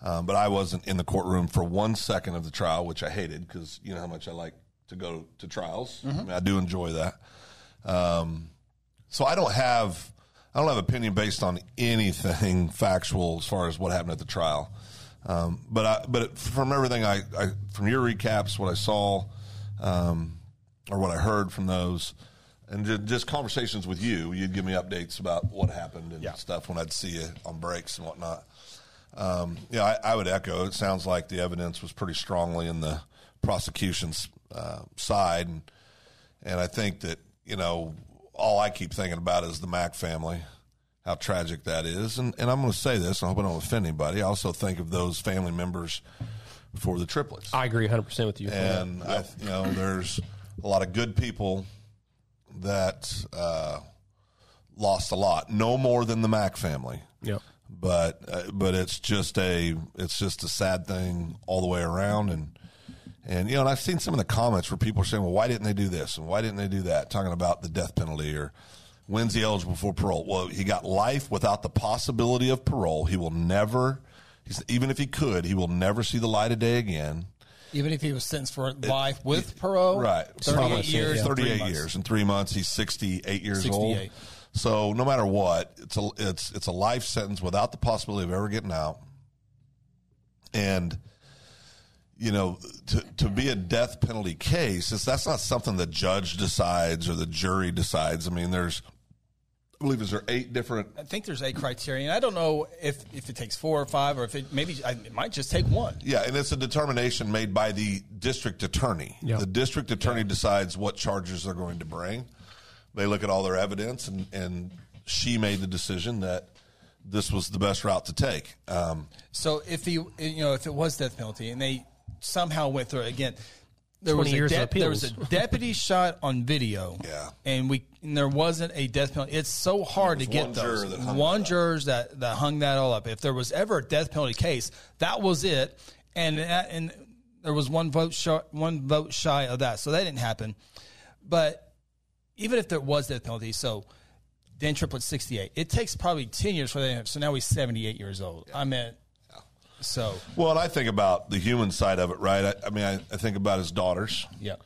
S3: Um, but I wasn't in the courtroom for one second of the trial, which I hated because you know how much I like to go to trials. I, mean, I do enjoy that. Um, so I don't have I don't have opinion based on anything (laughs) factual as far as what happened at the trial. Um, but I, but from everything I, I from your recaps, what I saw, um, or what I heard from those, and ju- just conversations with you, you'd give me updates about what happened and stuff when I'd see you on breaks and whatnot. Um, yeah, I, I would echo. It sounds like the evidence was pretty strongly in the prosecution's uh, side, and and I think that, you know, all I keep thinking about is the Mack family, how tragic that is. And, and I'm going to say this, and I hope I don't offend anybody. I also think of those family members for the triplets.
S2: I agree 100% with you.
S3: and, I, you know, there's a lot of good people that uh, lost a lot, no more than the Mack family.
S2: Yep.
S3: But uh, but it's just a it's just a sad thing all the way around, and and you know, and I've seen some of the comments where people are saying, "Well, why didn't they do this and why didn't they do that?" Talking about the death penalty or when's he eligible for parole? Well, he got life without the possibility of parole. He will never, he's, even if he could, he will never see the light of day again.
S4: even if he was sentenced for life with parole,
S3: Right.
S4: 38 years, and three
S3: 38
S4: months.
S3: years. In three months, he's 68 years old.
S4: 68.
S3: So no matter what, it's a, it's, it's a life sentence without the possibility of ever getting out. And, you know, to, to be a death penalty case, it's, that's not something the judge decides or the jury decides. I mean, there's, I believe, is there eight different
S4: I think there's a criterion. I don't know if, if it takes four or five, or if it maybe I, it might just take one.
S3: Yeah, and it's a determination made by the district attorney. The district attorney decides what charges they're going to bring. They look at all their evidence, and, and she made the decision that this was the best route to take. Um,
S4: So if he, you know, if it was death penalty, and they somehow went through it again, there
S2: 20
S4: was a
S2: years of
S4: there was a
S2: appeals.
S4: deputy shot on video,
S3: Yeah.
S4: and we and there wasn't a death penalty. It's so hard to
S3: was
S4: get
S3: one
S4: those
S3: juror that hung that
S4: one
S3: up.
S4: jurors that that hung that all up. If there was ever a death penalty case, that was it, and that- and there was one vote shy, one vote shy of that, so that didn't happen. But even if there was death penalty, so Dan Triplett's 68. It takes probably 10 years for that. So now he's 78 years old. I mean, so,
S3: well, and I think about the human side of it, right? I, I mean, I, I think about his daughters.
S4: yeah.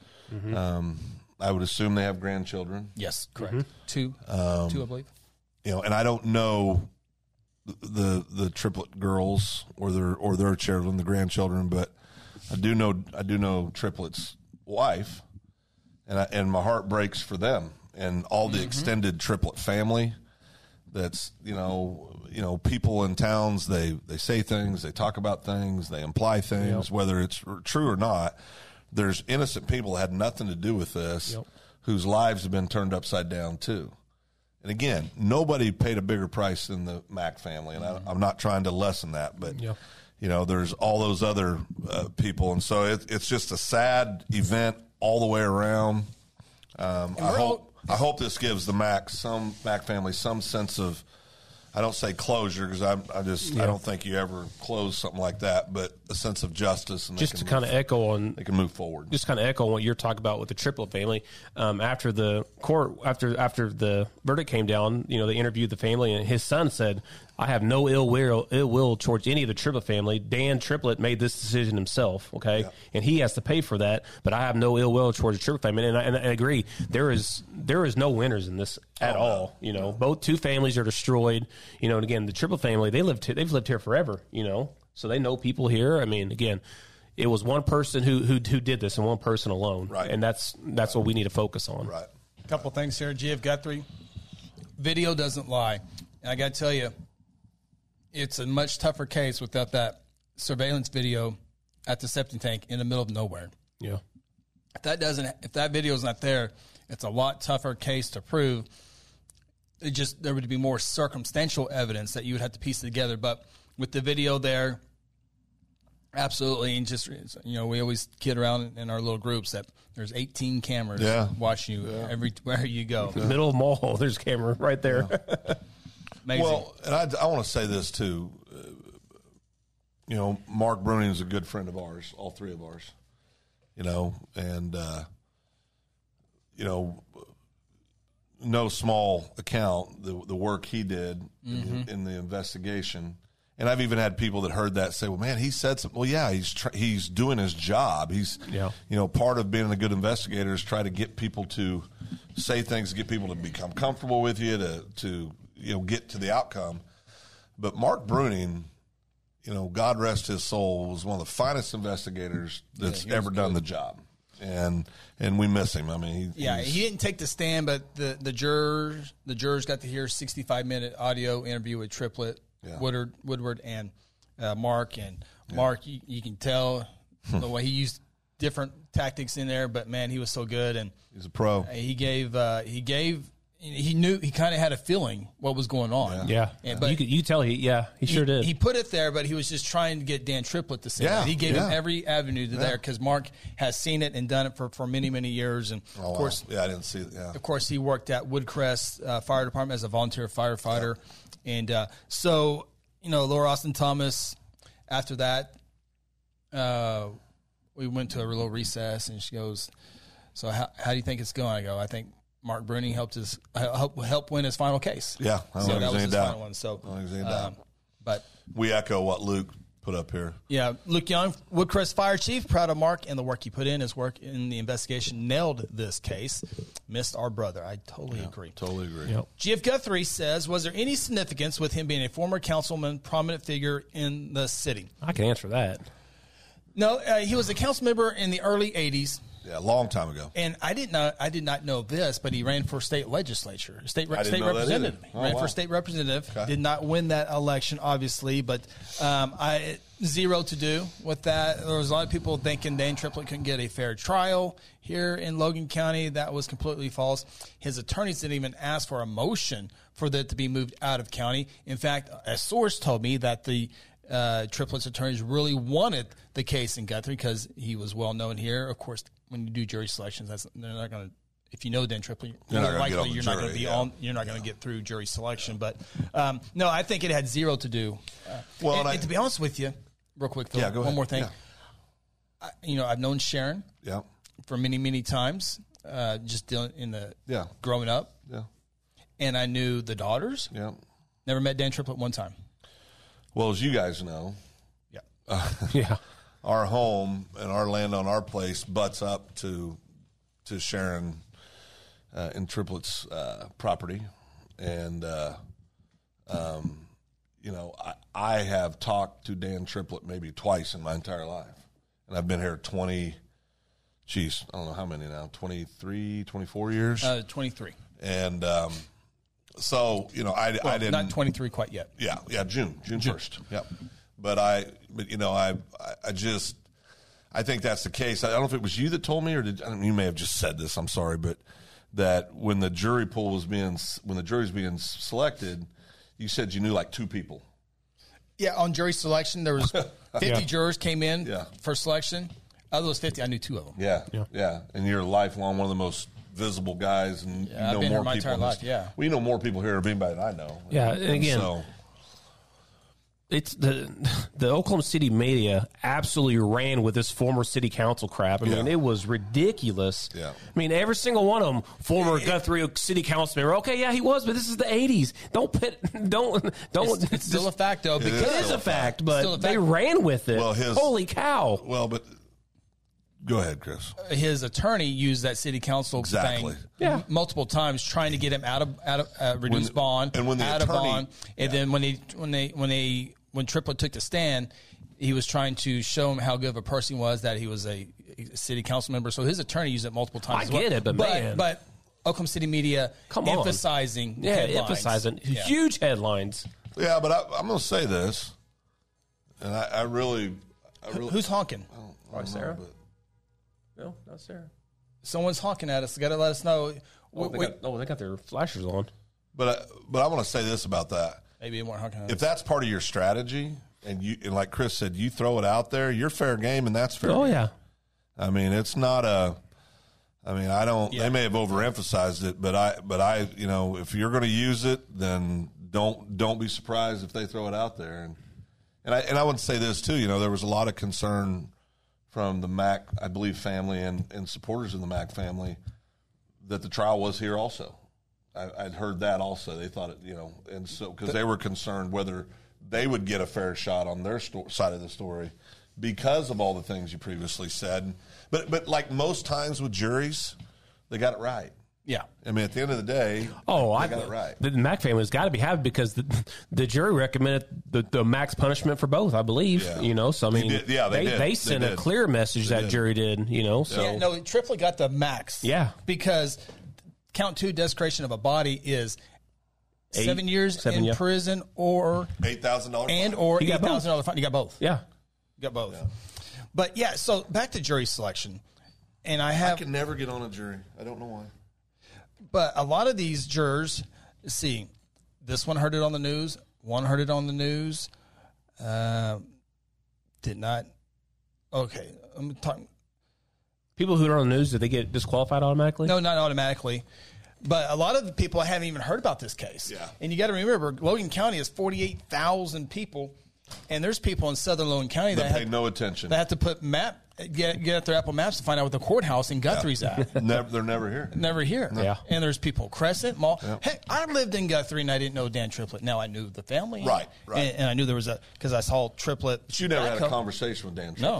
S3: Um, I would assume they have grandchildren.
S4: Yes, correct. Two, two, I believe.
S3: you know, and I don't know the the triplet girls or their or their children, the grandchildren, but I do know I do know triplets' wife, and I, and my heart breaks for them and all the extended triplet family. That's you know you know people in towns they they say things they talk about things they imply things whether it's r- true or not. There's innocent people that had nothing to do with this whose lives have been turned upside down too. And again, nobody paid a bigger price than the Mack family, and I, I'm not trying to lessen that, but you know, there's all those other uh, people, and so it, it's just a sad event all the way around. Um, I
S4: we're
S3: hope I hope this gives the Mack some Mack family some sense of I don't say closure because I I just I don't think you ever close something like that, but a sense of justice and
S2: Just
S3: they
S2: to
S3: can
S2: kind of
S3: move-
S2: echo on
S3: they can move forward.
S2: just kind of echo what you're talking about with the triplet family. Um, after the court, after after the verdict came down, you know, they interviewed the family, and his son said, "I have no ill will ill will towards any of the triplet family. Dan Triplet made this decision himself, okay, and he has to pay for that. But I have no ill will towards the triplet family, and I, and I agree there is there is no winners in this at all. You know, both two families are destroyed. You know, and again, the triplet family they lived they've lived here forever. You know, so they know people here. I mean, again." it was one person who who who did this and one person alone.
S3: Right.
S2: And that's that's what we need to focus on.
S3: Right.
S4: A couple things here, G.F. Guthrie. Video doesn't lie. And I got to tell you, it's a much tougher case without that surveillance video at the septic tank in the middle of nowhere.
S2: Yeah.
S4: If that doesn't, if that video is not there, it's a lot tougher case to prove. It just there would be more circumstantial evidence that you would have to piece together. But with the video there, absolutely, and just you know, we always kid around in our little groups that there's 18 cameras
S3: Yeah.
S4: watching you everywhere you go.
S2: Middle of mall, (laughs) there's a camera right there.
S4: Amazing.
S3: Well, and I, I want to say this too. Uh, you know, Mark Bruning is a good friend of ours, all three of ours. You know, and uh, you know, no small account the the work he did in, the, in the investigation. And I've even had people that heard that say, "Well, man, he said something." Well, yeah, he's tr- he's doing his job. He's
S2: Yeah.
S3: you know, part of being a good investigator is try to get people to say things, get people to become comfortable with you, to to you know, get to the outcome. But Mark Bruning, you know, God rest his soul, was one of the finest investigators that's ever done the job, and and we miss him. I mean, he,
S4: Yeah,
S3: he's-
S4: he didn't take the stand, but the the jurors the jurors got to hear sixty five minute audio interview with Triplet
S3: Yeah.
S4: Woodward Woodward and uh, Mark and Mark. You, you can tell
S3: Hmm.
S4: the way he used different tactics in there, but man, he was so good and
S3: he's a pro.
S4: he gave uh, he gave he knew he kind of had a feeling what was going on.
S2: yeah.
S4: And- but
S2: you could, you could tell he yeah, he, sure did.
S4: He put it there, but he was just trying to get Dan Triplett to see
S3: Yeah,
S4: it. He gave him
S3: yeah.
S4: every avenue to there because Mark has seen it and done it for, for many, many years. And
S3: Oh,
S4: of
S3: wow.
S4: course,
S3: yeah, I didn't see. it. Yeah,
S4: of course, he worked at Woodcrest uh, Fire Department as a volunteer firefighter, and uh, so you know Laura Austin Thomas. After that, uh, we went to a little recess, and she goes, "So how, how do you think it's going?" I go, "I think Mark Bruning helped us help help win his final case."
S3: yeah. I don't think
S4: so that
S3: there's
S4: was
S3: any
S4: his
S3: doubt.
S4: final one. So,
S3: I don't think there's any
S4: um,
S3: doubt.
S4: but
S3: We echo what Luke put up here.
S4: yeah, Luke Young, Woodcrest Fire Chief, proud of Mark and the work he put in. His work in the investigation nailed this case. Missed our brother. I totally agree.
S3: Totally agree.
S4: G.F. Guthrie says, was there any significance with him being a former councilman, prominent figure in the city?
S2: I can answer (laughs) that.
S4: No, uh, he was a council member in the early '80s,
S3: Yeah, a long time ago.
S4: and I did not, I did not know this, but he ran for state legislature, state
S3: I didn't
S4: state
S3: know that either.
S4: representative,
S3: Oh,
S4: ran
S3: wow.
S4: for state representative. Did not win that election, obviously, but um, I zero to do with that. There was a lot of people thinking Dan Triplett couldn't get a fair trial here in Logan County. That was completely false. His attorneys didn't even ask for a motion for that to be moved out of county. In fact, a source told me that the uh, Triplett's attorneys really wanted the case in Guthrie because he was well known here. Of course, when you do jury selections, that's they're not going to. If you know Dan Triplett,
S3: You're not
S4: more
S3: gonna get
S4: likely
S3: on the
S4: you're not going to
S3: jury,
S4: be
S3: yeah.
S4: on. You're not going to get through jury selection. But um, no, I think it had zero to do. Uh,
S3: Well,
S4: and,
S3: and I-
S4: and to be honest with you, real quick, Phil,
S3: Yeah, go
S4: one
S3: ahead.
S4: more thing.
S3: Yeah.
S4: I, you know, I've known Sharon
S3: Yeah,
S4: for many, many times, uh, just dealing in the
S3: Yeah.
S4: growing up,
S3: yeah,
S4: and I knew the daughters.
S3: yeah.
S4: Never met Dan Triplett one time.
S3: Well, as you guys know,
S4: Yeah.
S2: Yeah.
S3: our home and our land on our place butts up to to Sharon uh, in Triplets uh, property, and uh, um, you know I, I have talked to Dan Triplet maybe twice in my entire life, and I've been here twenty. Geez, I don't know how many now, 23, 24 years.
S4: Uh, 23.
S3: and um, so, you know, I, I didn't.
S4: Not 23 quite yet.
S3: Yeah, yeah, June, June first. Yep. But I, but you know, I, I- I just, I think that's the case. I don't know if it was you that told me, or did I don't, you may have just said this. I'm sorry, but that when the jury pool was being, s- when the jury's being s- selected, you said you knew like two people.
S4: Yeah, on jury
S3: (laughs)
S4: selection, there was 50 jurors came in
S3: Yeah.
S4: for selection. Out of those 50, I knew two of them.
S3: Yeah, yeah, And you're lifelong one of the most visible guys, and
S4: Yeah, I've
S3: you know
S4: been here
S3: more
S4: my
S3: people.
S4: entire
S3: in this-
S4: life, yeah.
S3: well, you know more people here than anybody that I know.
S2: Yeah, and again-
S3: so
S2: it's the (laughs) the Oklahoma City media absolutely ran with this former city council crap. I mean,
S3: Yeah.
S2: it was ridiculous.
S3: Yeah.
S2: I mean, every single one of them, former Guthrie city council member. Okay, yeah, he was, but this is the '80s. Don't pit, (laughs) don't don't.
S4: It's, it's still a fact, though,
S3: is
S4: because
S2: It is a fact, but
S4: Still a fact.
S2: they ran with it.
S3: Well, his-
S2: Holy cow!
S3: well, but go ahead, Chris.
S4: his attorney used that city council
S3: Exactly.
S4: thing
S2: Yeah.
S4: m- multiple times trying to get him out of out of uh, reduced bond
S3: and when the
S4: out
S3: attorney-
S4: of bond and then when they when they when they when Triplet took the stand he was trying to show him how good of a person he was that he was a, a city council member so his attorney used it multiple times
S2: I
S4: as well.
S2: get it, but
S4: but,
S2: man.
S4: but Oklahoma City media
S2: Come on.
S4: emphasizing
S2: Yeah,
S4: headlines.
S2: emphasizing
S4: Yeah.
S2: huge headlines.
S3: Yeah, but I, I'm going to say this, and I, I really, I really,
S4: who's honking
S2: Right, Sarah?
S3: but-
S2: No, not Sarah.
S4: someone's honking at us got to let us know
S2: Oh, they
S4: Wait,
S2: got, oh, they got their flashers on.
S3: but I, but I want to say this about that.
S4: maybe they weren't honking at
S3: If
S4: us
S3: that's part of your strategy, and you, and like Chris said, you throw it out there, you're fair game, and that's fair.
S2: Oh
S3: game.
S2: yeah,
S3: I mean, it's not a. I mean, I don't. They may have overemphasized it, but I, but I, you know, if you're going to use it, then don't don't be surprised if they throw it out there. And and I and I would say this too. You know, there was a lot of concern from the Mac, I believe, family and and supporters of the Mac family that the trial was here also. I, I'd heard that also. They thought it, you know, and so because they were concerned whether they would get a fair shot on their sto- side of the story because of all the things you previously said. But but like most times with juries, they got it right.
S4: yeah
S3: I mean, at the end of the day,
S2: Oh,
S3: they
S2: I
S3: got it right.
S2: The Mac family's got to be happy because the, the jury recommended the, the max punishment for both. I believe
S3: Yeah.
S2: you know. So I
S3: They
S2: mean,
S3: did. Yeah, they did. They
S2: sent a
S3: did.
S2: clear message that
S3: did.
S2: jury did. You know, so
S4: Yeah, no, Triplet got the max.
S2: Yeah.
S4: Because count two desecration of a body is
S2: Eight,
S4: seven years
S2: seven,
S4: in
S2: yeah.
S4: prison or
S3: Eight thousand dollars
S4: and or
S2: You
S4: eight
S2: got both.
S4: thousand dollar fine. You got both.
S2: yeah,
S4: You got both. But yeah, so back to jury selection. And I
S3: I
S4: have
S3: can never get on a jury. I don't know why.
S4: but a lot of these jurors see this one heard it on the news, one heard it on the news, uh, did not okay. I'm talking
S2: people who are on the news did they get disqualified automatically?
S4: No, not automatically. But a lot of the people haven't even heard about this case.
S3: Yeah.
S4: And you got to remember, Logan County is 48,000 people, and there's people in southern Logan County
S3: They
S4: that
S3: pay
S4: have,
S3: no attention.
S4: that have to put map get, get out their Apple Maps to find out what the courthouse in Guthrie's at. (laughs)
S3: never, they're never here.
S4: Never here.
S2: Yeah.
S4: And there's people Crescent Mall. Heck, I lived in Guthrie and I didn't know Dan Triplet. Now I knew the family.
S3: Right, right.
S4: And, and I knew there was a, because I saw Triplet.
S3: But you never had a
S4: backhoe.
S3: conversation with Dan.
S4: No.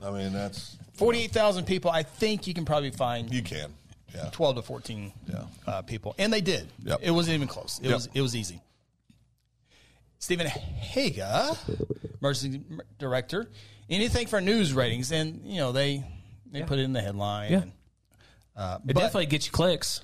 S3: Triplet. I mean that's
S4: 48,000 people. I think you can probably find
S3: you can. Yeah.
S4: 12 to 14
S3: Yeah.
S4: uh, people. And they did.
S3: Yep.
S4: It wasn't even close. It
S3: Yep.
S4: was it was easy. Stephen Haga, emergency m- director, anything for news ratings. And, you know, they they put it in the headline.
S2: Yeah.
S4: And, uh,
S2: it
S4: but-
S2: definitely gets you clicks.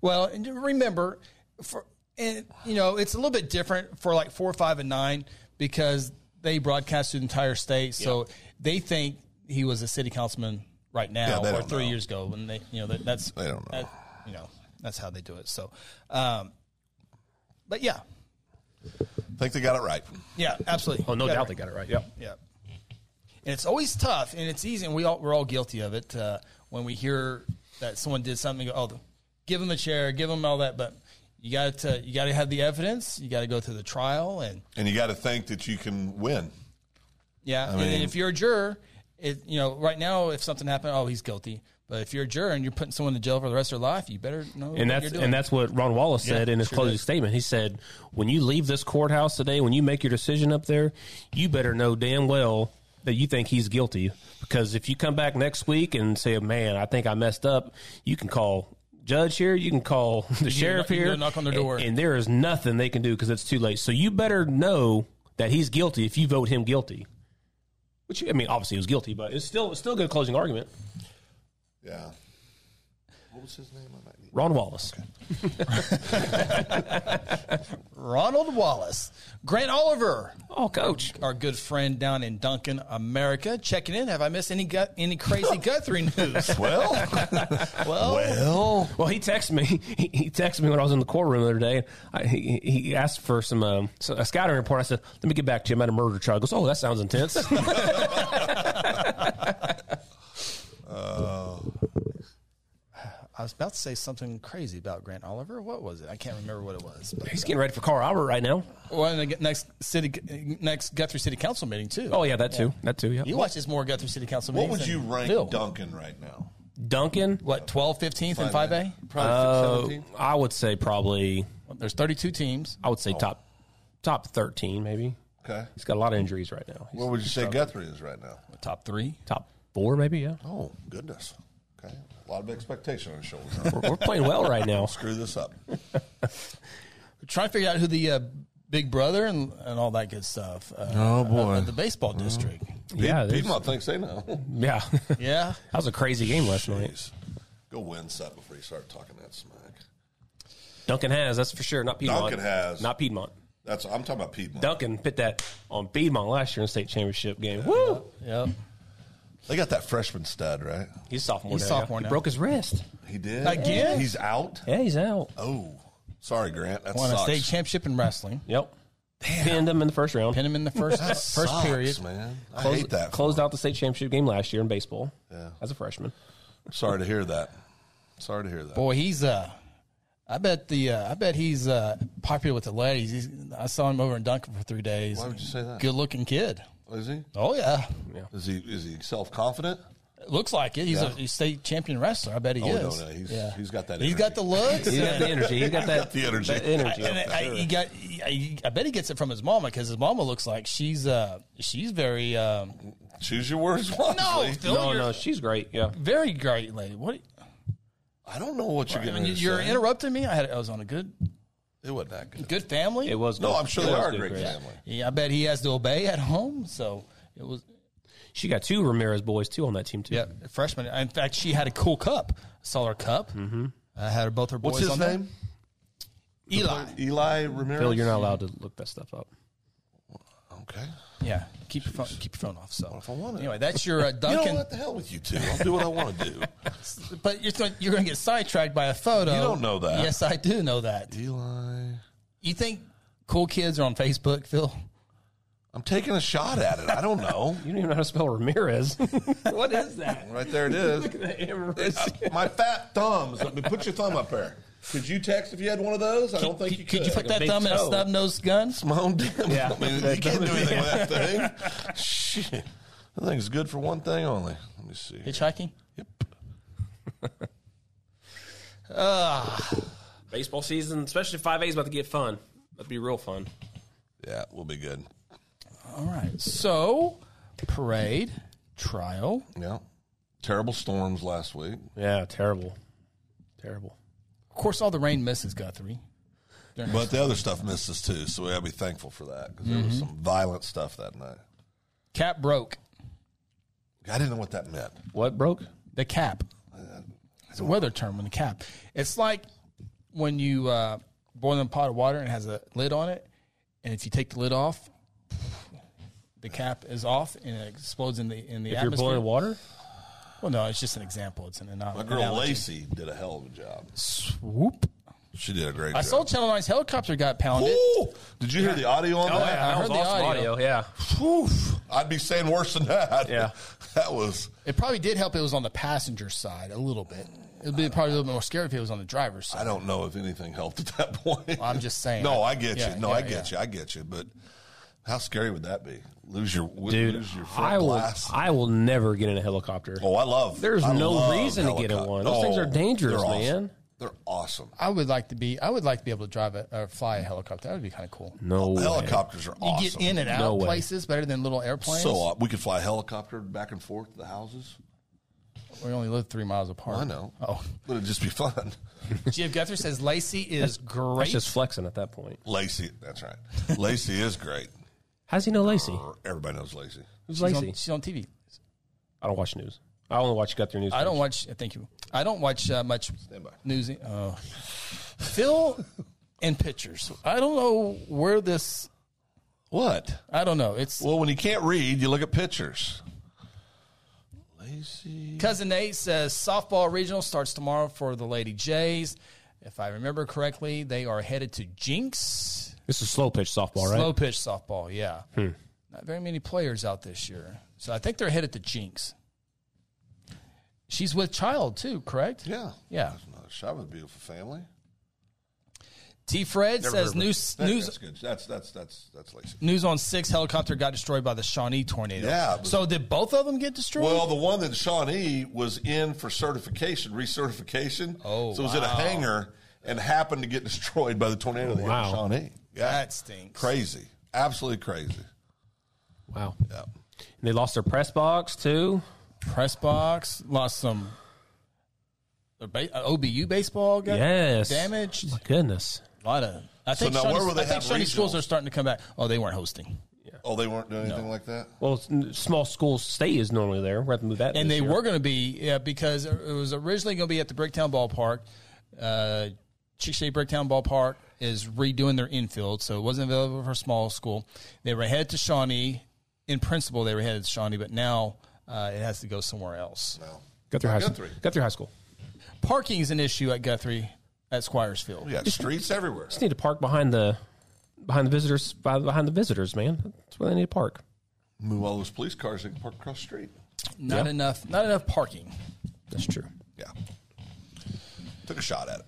S4: well, and remember, for and you know, it's a little bit different for like four, five, and nine because they broadcast to the entire state, so they think he was a city councilman right now
S3: they
S4: or
S3: don't
S4: three
S3: know.
S4: years ago, and they you know that, that's
S3: They don't know.
S4: that- you know that's how they do it. So, um, but yeah,
S3: think they got it right.
S4: yeah, absolutely.
S2: Oh, no
S4: Got
S2: doubt
S4: it.
S2: they got it right. Yeah,
S4: Yeah. And it's always tough, and it's easy, and we all we're all guilty of it uh, when we hear that someone did something. Go, oh, the, give them a chair, give them all that, but you got to you got to have the evidence. You got to go through the trial, and
S3: And you got to think that you can win.
S4: yeah. and then
S3: mean-
S4: if you're a juror, it, you know right now if something happened, oh, he's guilty. But if you're a juror and you're putting someone in jail for the rest of their life, you better know. what
S2: and
S4: you're
S2: that's
S4: doing.
S2: and that's what Ron Wallace said in his
S4: sure
S2: closing
S4: did.
S2: statement. He said, "When you leave this courthouse today, when you make your decision up there, you better know damn well that you think he's guilty. Because if you come back next week and say, "Man, I think I messed up," you can call judge here, you can call (laughs) the sheriff
S4: you can
S2: here,
S4: go knock on their
S2: and-
S4: door.
S2: and, there is nothing they can do because it's too late. So you better know that he's guilty if you vote him guilty. Which I mean, obviously he was guilty, but it's still it's still a good closing argument.
S3: Yeah. What was his name? I might-
S2: Ron Wallace.
S4: Ronald Wallace, Grant Oliver,
S2: Oh, coach.
S4: our good friend down in Duncan, America, checking in. Have I missed any gut, any crazy Guthrie news?
S3: Well,
S4: Well,
S3: well,
S2: Well, he texted me. (laughs) He, he texted me when I was in the courtroom the other day. I, he, he asked for some um, so- a scouting report. I said, "Let me get back to you. I'm at a murder trial." He goes, "Oh, that sounds
S3: (laughs)
S2: intense." (laughs)
S3: Uh,
S4: I was about to say something crazy about Grant Oliver. What was it? I can't remember what it was. But
S2: He's getting ready for Carl Albert right now.
S4: (laughs) well, in the next city, next Guthrie City Council meeting too.
S2: Oh yeah, that too. That too. Yeah.
S4: you watch this more Guthrie City Council
S3: what would
S4: meetings. than
S3: you rank
S4: Phil.
S3: Duncan right now?
S2: Duncan.
S4: What 12, 15th, and five A?
S2: Uh,
S3: Probably
S2: I would say probably.
S4: There's thirty two teams.
S2: I would
S3: Oh.
S2: say top top thirteen maybe.
S3: Okay.
S2: He's got a lot of injuries right now. He's
S3: Where would you say Guthrie is right now?
S4: Top three.
S2: top four maybe. Yeah.
S3: Oh, goodness. Okay. A lot of expectation on his shoulders. (laughs)
S2: We're, we're playing well right now.
S3: Screw this up.
S4: We're trying to figure out who the uh, big brother and, and all that good stuff. Uh, oh boy, the baseball district.
S2: Yeah. there's-
S3: Piedmont thinks they know.
S2: Yeah. (laughs) that
S4: Yeah.
S2: was a crazy game last night.
S3: Jeez. Go win something before you start talking that smack.
S2: Duncan has that's for sure. Not Piedmont.
S3: Duncan has.
S2: Not Piedmont.
S3: That's I'm talking about Piedmont.
S2: Duncan put that on Piedmont last year in the state championship game. Woo!
S4: Yep.
S3: They got that freshman stud, right?
S2: He's sophomore.
S4: He's
S2: now,
S4: sophomore
S2: yeah.
S4: now.
S2: He broke his wrist.
S3: He did.
S4: Again?
S3: He's out.
S2: Yeah, he's out.
S3: Oh, sorry, Grant. That
S4: Won a
S3: sucks.
S4: state championship in wrestling.
S2: Yep. Pinned him in the first round.
S4: Pin him
S3: (laughs)
S4: in the first
S3: That
S4: first
S3: sucks,
S4: period.
S3: man. I
S2: Closed-
S3: hate that.
S2: Closed out the state championship game last year in baseball.
S3: Yeah.
S2: As a freshman.
S3: Sorry to hear that. Sorry to hear that.
S4: Boy, he's uh I bet the uh, I bet he's uh, popular with the ladies. He's, I saw him over in Duncan for three days.
S3: Why would you say that?
S4: Good looking kid.
S3: Is he?
S4: Oh yeah,
S3: Is he? Is he self confident?
S4: looks like it. He's
S3: Yeah.
S4: a he's state champion wrestler. I bet he
S3: Oh,
S4: is.
S3: no, no, he's-
S4: yeah.
S3: he's got that
S4: He's
S3: energy.
S4: got
S3: (laughs)
S4: the looks.
S2: He's got the energy. He's got that,
S3: got (laughs) the energy.
S2: that energy.
S4: And I, I, he got, I, I bet he gets it from his mama because his mama looks like she's uh she's very um,
S3: Choose your words (laughs) wisely.
S4: no Oh, Phil,
S2: no,
S4: you're
S2: no, she's great. Yeah.
S4: very great lady. What
S3: I don't know what you're
S4: I
S3: getting.
S4: mean,
S3: ready to
S4: you're
S3: say.
S4: interrupting me. I had I was on a good
S3: It wasn't that good.
S4: good family.
S2: It was.
S3: No,
S2: good.
S3: I'm sure
S2: It
S3: they
S2: was
S3: are a
S2: good
S3: great
S2: grade.
S3: family.
S4: Yeah, I bet he has to obey at home. So it was
S2: She got two Ramirez boys too on that team too.
S4: yeah freshman. In fact, she had a cool cup. I saw her cup. Mm-hmm. I had her, both her boys.
S3: What's his
S4: on there.
S3: name?
S4: Eli.
S3: Eli Ramirez.
S2: Phil, you're not allowed to look that stuff up.
S3: Okay.
S4: Yeah, keep your phone keep your phone off. So
S3: if I want it?
S4: anyway, that's your
S3: (laughs)
S4: uh,
S3: You
S4: Duncan.
S3: know what? The hell with you two. I'll do what I want to do.
S4: But you're going you're going to get sidetracked by a photo.
S3: You don't know that.
S4: Yes, I do know that.
S3: (laughs) Eli.
S4: You think cool kids are on Facebook, Phil?
S3: I'm taking a shot at it. I don't know.
S2: You don't even know how to spell Ramirez. (laughs) what is that?
S3: Right there it
S2: (laughs)
S3: is.
S2: Ramirez.
S3: My fat thumbs. Let me put your thumb up there. Could you text if you had one of those? I don't think you could.
S4: Could you put
S2: Like a
S4: that
S2: big
S4: thumb in a
S2: toe.
S4: snub nosed gun?
S3: (laughs) my own damn.
S2: Yeah.
S3: I mean, you can't do anything with that thing. Shit. That thing's good for one thing only. Let me see.
S4: Hitchhiking?
S3: Yep. Ah.
S2: Baseball season, especially 5A, is about to get fun. That'd be real fun.
S3: Yeah, we'll be good.
S4: All right. So, parade, trial.
S3: Yeah. Terrible storms last week.
S2: Yeah, terrible. Terrible.
S4: Of course, all the rain misses Guthrie.
S3: But the other stuff missed us too, so we gotta be thankful for that because there was some violent stuff that night.
S4: Cap broke.
S3: I didn't know what that meant.
S2: What broke?
S4: The cap. It's a weather term when the cap. It's like when you uh, boil in a pot of water and it has a lid on it, and if you take the lid off, the cap is off and it explodes in the in the
S2: If you're
S4: atmosphere.
S2: boiling water?
S4: well, no, it's just an example. It's an
S3: My
S4: analogy.
S3: girl Lacey did a hell of a job.
S4: Swoop.
S3: She did a great
S4: I
S3: job.
S4: saw Channel 9's helicopter got pounded.
S3: Ooh! Did you hear the audio
S2: Oh,
S3: on that?
S4: yeah. Oh, I heard the audio.
S2: Yeah.
S3: Oof. I'd be saying worse than that.
S2: Yeah.
S3: (laughs) That was
S4: It probably did help. It was on the passenger side a little bit. It would be probably a little bit more scary if it was on the driver's side.
S3: I don't know if anything helped at that point.
S4: I'm just
S3: (laughs)
S4: saying.
S3: No, I get
S4: Yeah,
S3: you. No,
S4: yeah,
S3: I get you. I get you. But how scary would that be? Lose your
S2: Dude,
S3: lose your front
S2: I will,
S3: glass.
S2: I will never get in a helicopter.
S3: oh, I love.
S2: There's
S3: I
S2: no
S3: love
S2: reason to get in
S3: helicop-
S2: one. Those things are dangerous,
S3: they're awesome.
S2: man.
S3: They're awesome.
S4: I would like to be. I would like to be able to drive a or fly a helicopter. That would be kind of cool.
S2: No way.
S3: Helicopters are
S4: You
S3: awesome.
S4: get in and out
S2: No way.
S4: places better than little airplanes.
S3: So uh, we could fly a helicopter back and forth to the houses.
S4: We only live three miles apart.
S3: I know.
S4: Oh,
S3: But it'd just be fun. (laughs)
S4: Jeff Guthrie says Lacey is great.
S2: That's just flexing at that point.
S3: Lacey, that's right. Lacey is great.
S2: How does he know Lacey?
S3: Uh, Everybody knows Lacey.
S2: Who's
S4: she's, on,
S2: Lacey?
S4: she's on TV.
S2: I don't watch news. I only watch Guthrie news.
S4: I don't
S2: first.
S4: watch. Thank you. I don't watch uh, much
S3: by.
S4: news. Oh, Phil and pictures. I don't know where this.
S3: What?
S4: I don't know. It's
S3: Well, when you can't read, you look at pictures. Lacey.
S4: cousin Nate says softball regional starts tomorrow for the Lady Jays. If I remember correctly, they are headed to Jinx
S2: This is slow pitch softball, right? Hmm.
S4: slow pitch softball. Yeah, not very many players out this year, so I think they're headed to Jinx. She's with child too, correct?
S3: Yeah.
S4: Yeah.
S3: That's another shot with a beautiful family.
S4: T. Fred says new
S3: That-
S4: news
S3: that's good. That's that's that's that's Lacey.
S4: News on six helicopter got destroyed by the Shawnee tornado.
S3: Yeah, but-
S4: So did both of them get destroyed?
S3: Well, the one that Shawnee was in for certification, recertification.
S4: Oh,
S3: so it was in a
S4: wow.
S3: hangar and happened to get destroyed by the tornado that hit
S2: Wow.
S3: Shawnee. Yeah,
S4: that stinks.
S3: crazy, absolutely crazy.
S2: Wow.
S3: Yeah,
S2: And they lost their press box too.
S4: Press box lost some. the ba- uh, OBU baseball got
S2: Yes.
S4: damaged.
S2: My goodness.
S4: A lot of. I think
S3: now
S4: Shawnee,
S3: where will they
S4: I think
S3: have
S4: Shawnee schools
S3: regionals?
S4: are starting to come back. Oh, they weren't hosting,
S3: Oh, they weren't doing anything like that.
S2: Well, it's- n- small school state is normally there. We're going to have to move that.
S4: and
S2: this
S4: they
S2: year.
S4: were going to be yeah, because it was originally going to be at the Bricktown Ballpark. Uh, Chickasha Bricktown Ballpark is redoing their infield, so it wasn't available for small school. They were headed to Shawnee. In principle, they were headed to Shawnee, but now uh, it has to go somewhere else.
S3: No,
S2: Guthrie High School.
S3: Guthrie.
S2: Guthrie High School.
S4: Parking is an issue at Guthrie at Squires Field.
S3: we got streets everywhere.
S2: Just need to park behind the behind the visitors by- behind the visitors, man. That's where they need to park.
S3: Move all those police cars; they can park across the street.
S4: Not
S2: Yeah.
S4: enough. Not enough parking.
S2: That's true.
S3: Yeah, took a shot at it.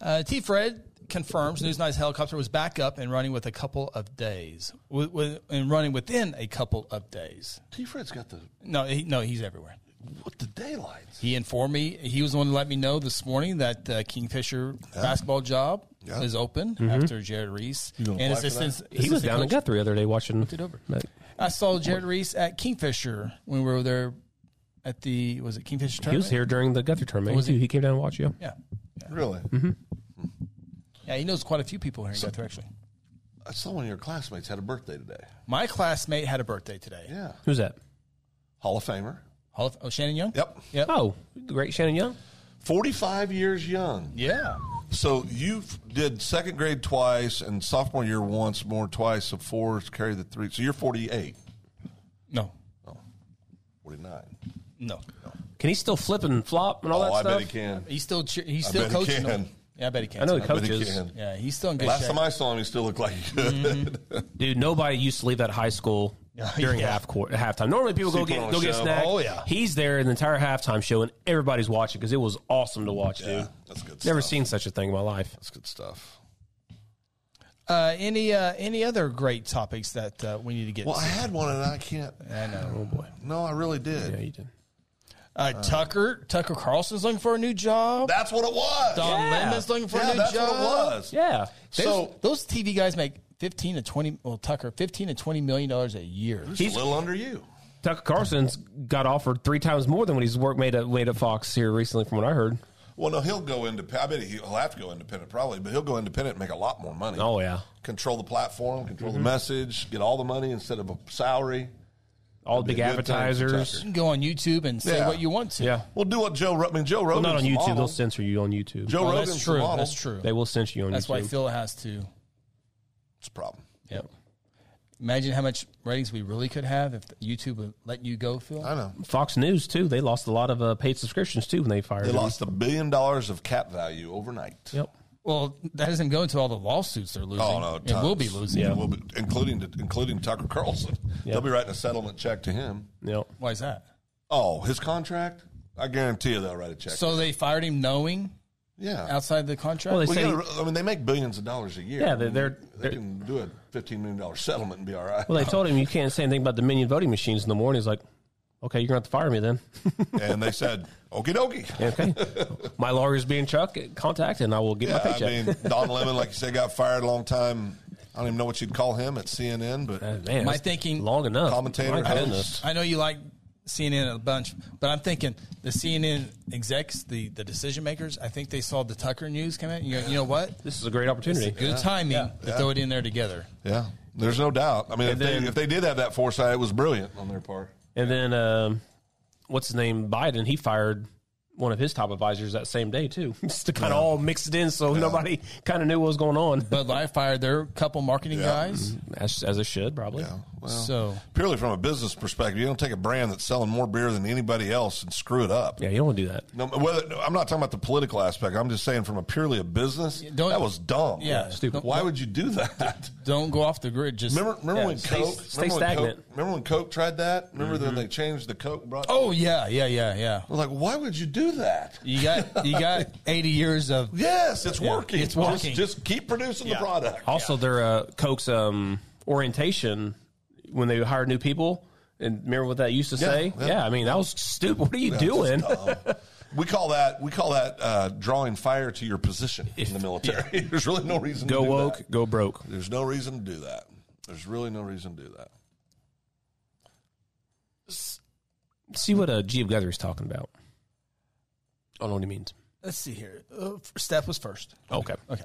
S4: Uh, T. Fred confirms Newsnight's helicopter was back up and running with a couple of days, with, with, and running within a couple of days.
S3: T. Fred's got the
S4: No, he, no, he's everywhere.
S3: what the daylights.
S4: He informed me. He was the one to let me know this morning that uh, Kingfisher basketball job
S3: Yeah.
S4: is open
S2: Mm-hmm.
S4: after Jared Reese
S3: gonna
S4: and
S3: apply for
S4: assistants.
S2: He was
S4: assistant
S2: down in
S4: coach-
S2: Guthrie the other day watching.
S4: it over.
S2: Like,
S4: I saw Jared Reese at Kingfisher when we were there at the was it Kingfisher
S2: He
S4: tournament?
S2: was here during the Guthrie tournament.
S4: Was
S2: too.
S4: he?
S2: He? came down and watched you.
S4: Yeah,
S3: Really?
S4: yeah. He knows quite a few people here in Guthrie actually.
S3: I saw one of your classmates had a birthday today.
S4: My classmate had a birthday today.
S3: Yeah,
S2: Who's that?
S3: Hall of Famer.
S4: Hall of, oh, Shannon Young.
S3: Yep,
S4: Yep.
S2: Oh, the great Shannon Young.
S3: forty-five years young.
S4: Yeah.
S3: So you f- did second grade twice and sophomore year once, more twice. So four is carry the three. So you're 48,
S4: No.
S3: 49.
S4: No.
S2: Can he still flip and flop and all
S3: oh,
S2: that
S3: I
S2: stuff?
S3: bet he can.
S4: He's still cheer- he's
S3: I
S4: still
S3: bet he
S4: coaching.
S3: can.
S4: them. Yeah, I bet he can.
S2: I know he
S4: tonight.
S3: bet he
S2: coaches.
S3: can.
S4: Yeah, he's still in good
S3: Last
S4: shape.
S3: time I saw him, he still looked like (laughs) he could.
S2: Dude, nobody used to leave that high school
S4: (laughs)
S2: during
S4: Yeah.
S2: half court, halftime. Normally, people go
S3: Super
S2: get
S3: on
S2: go get
S3: show.
S2: snacks.
S4: Oh, yeah.
S2: he's there the entire halftime show, and everybody's watching because it was awesome to watch, dude.
S3: That's good
S2: Never
S3: stuff.
S2: seen such a thing in my life.
S3: That's good stuff.
S4: Uh, any uh, any other great topics that uh, we need to get?
S3: Well, I
S4: to?
S3: had one and I can't.
S4: I know.
S3: No, I really did.
S2: Yeah, you did.
S4: Uh, Tucker Tucker Carlson's looking for a new job.
S3: That's what it was.
S4: Don
S2: Yeah.
S4: Lemon's looking for
S3: yeah,
S4: a new
S3: that's
S4: job.
S3: what it was.
S2: Yeah,
S4: So
S3: So
S4: those TV guys make fifteen to twenty. Well, Tucker fifteen to twenty million dollars a year.
S3: he's a little under you.
S2: Tucker Carlson's got offered three times more than what he's work made at made at Fox here recently, from what I heard.
S3: Well, no, he'll go independent. I bet he'll have to go independent probably, but he'll go independent and make a lot more money.
S2: Oh yeah,
S3: Control the platform, control
S2: Mm-hmm.
S3: the message, get all the money instead of a salary.
S2: all the big
S3: be a good time for
S2: advertisers.
S4: You can go on YouTube and say
S3: Yeah.
S4: what you want to.
S2: Yeah,
S3: Well, do what Joe. Ro- I mean, Joe Rogan.
S2: well, not on YouTube. They'll "Oh, censor you on YouTube.
S3: Joe
S4: Well,
S3: Rogan's
S4: that's
S3: the
S4: true.
S3: model.
S4: That's true.
S2: They will censor you on
S4: That's
S2: YouTube.
S4: why Phil has to.
S3: It's a problem.
S4: Yep. Imagine how much ratings we really could have if YouTube would let you go, Phil.
S3: I know.
S2: Fox News too. They lost a lot of uh, paid subscriptions too when they fired.
S3: They
S2: him.
S3: lost a billion dollars of cap value overnight.
S2: Yep.
S4: Well, that doesn't go into all the lawsuits they're losing.
S3: Oh no,
S4: and we'll be losing.
S2: Yeah.
S3: We'll be, including including Tucker Carlson. They'll be writing a settlement check to him.
S2: Yep.
S4: Why is that?
S3: Oh, his contract. I guarantee you they'll write a check.
S4: So they fired him knowing
S3: yeah.
S4: outside the contract.
S2: Well, they
S3: Well,
S2: say.
S3: you gotta- I mean, they make billions of dollars a year.
S2: Yeah, they're- they're-
S3: they can do a fifteen million dollar settlement and be all right.
S2: well, they told him you can't say anything about Dominion voting machines in the morning. He's like, okay, you're gonna have to fire me
S3: (laughs)
S2: then.
S3: and they said, "Okie dokie."
S2: okay. My lawyer's being Chuck. Contact, and I will get my
S3: Yeah, I
S2: paycheck. (laughs)
S3: mean, Don Lemon, like you said, got fired a long time. I don't even know what you'd call him at CNN, but
S2: Uh, man,
S4: My
S2: that's
S4: thinking-
S2: long enough.
S3: Commentator,
S2: My
S3: host.
S2: goodness.
S4: I know you like CNN a bunch, but I'm thinking the CNN execs, the, the decision makers, I think they saw the Tucker news come out. And you go, you know what?
S2: This is a great opportunity.
S4: Good timing to throw it in there together.
S3: Yeah, there's no doubt. I mean, if,
S2: then-
S3: they, if they did have that foresight, it was brilliant on their part.
S2: And then um, what's his name? Biden. He fired one of his top advisors that same day too, (laughs) just to kind of all mix it in, so nobody kind of knew what was going on.
S4: Bud Light fired their couple marketing guys.
S2: As as it should probably.
S3: Well,
S4: So
S3: purely from a business perspective, you don't take a brand that's selling more beer than anybody else and screw it up.
S2: Yeah, you don't want to do that.
S3: No, whether I'm not talking about the political aspect. I'm just saying from a purely a business.
S4: don't-
S3: that was dumb.
S4: Yeah, stupid.
S3: Why would you do that?
S4: don't go off the grid. Just
S3: (laughs) Remember, remember
S2: Yeah,
S3: when
S2: stay-
S3: Coke? remember
S2: stay
S3: when Coke-
S2: stagnant. Mm-hmm.
S3: remember when Coke tried that? Remember when they changed the Coke? Brought,
S4: Oh yeah, yeah, yeah, yeah.
S3: I was like, why would you do that?
S4: You got you
S3: (laughs)
S4: got 80 years of
S3: Yes, it's working.
S4: it's
S3: Just-
S4: working.
S3: Just, keep producing the product.
S2: Also, their uh, Coke's um, orientation when they hire new people. And remember what that used to say?
S3: yeah.
S2: Yeah, I mean that was stupid. What are you
S3: Yeah,
S2: doing?
S3: just dumb. we call that we call that uh, drawing fire to your position in the military. (laughs) There's really no reason.
S2: go
S3: to do
S2: woke,
S3: that.
S2: go broke.
S3: There's no reason to do that. There's really no reason to do that.
S2: See what uh, Jeep Guthrie's talking about. I don't know what he means.
S4: Let's see here. Uh, Steph was first.
S2: Okay.
S4: Okay.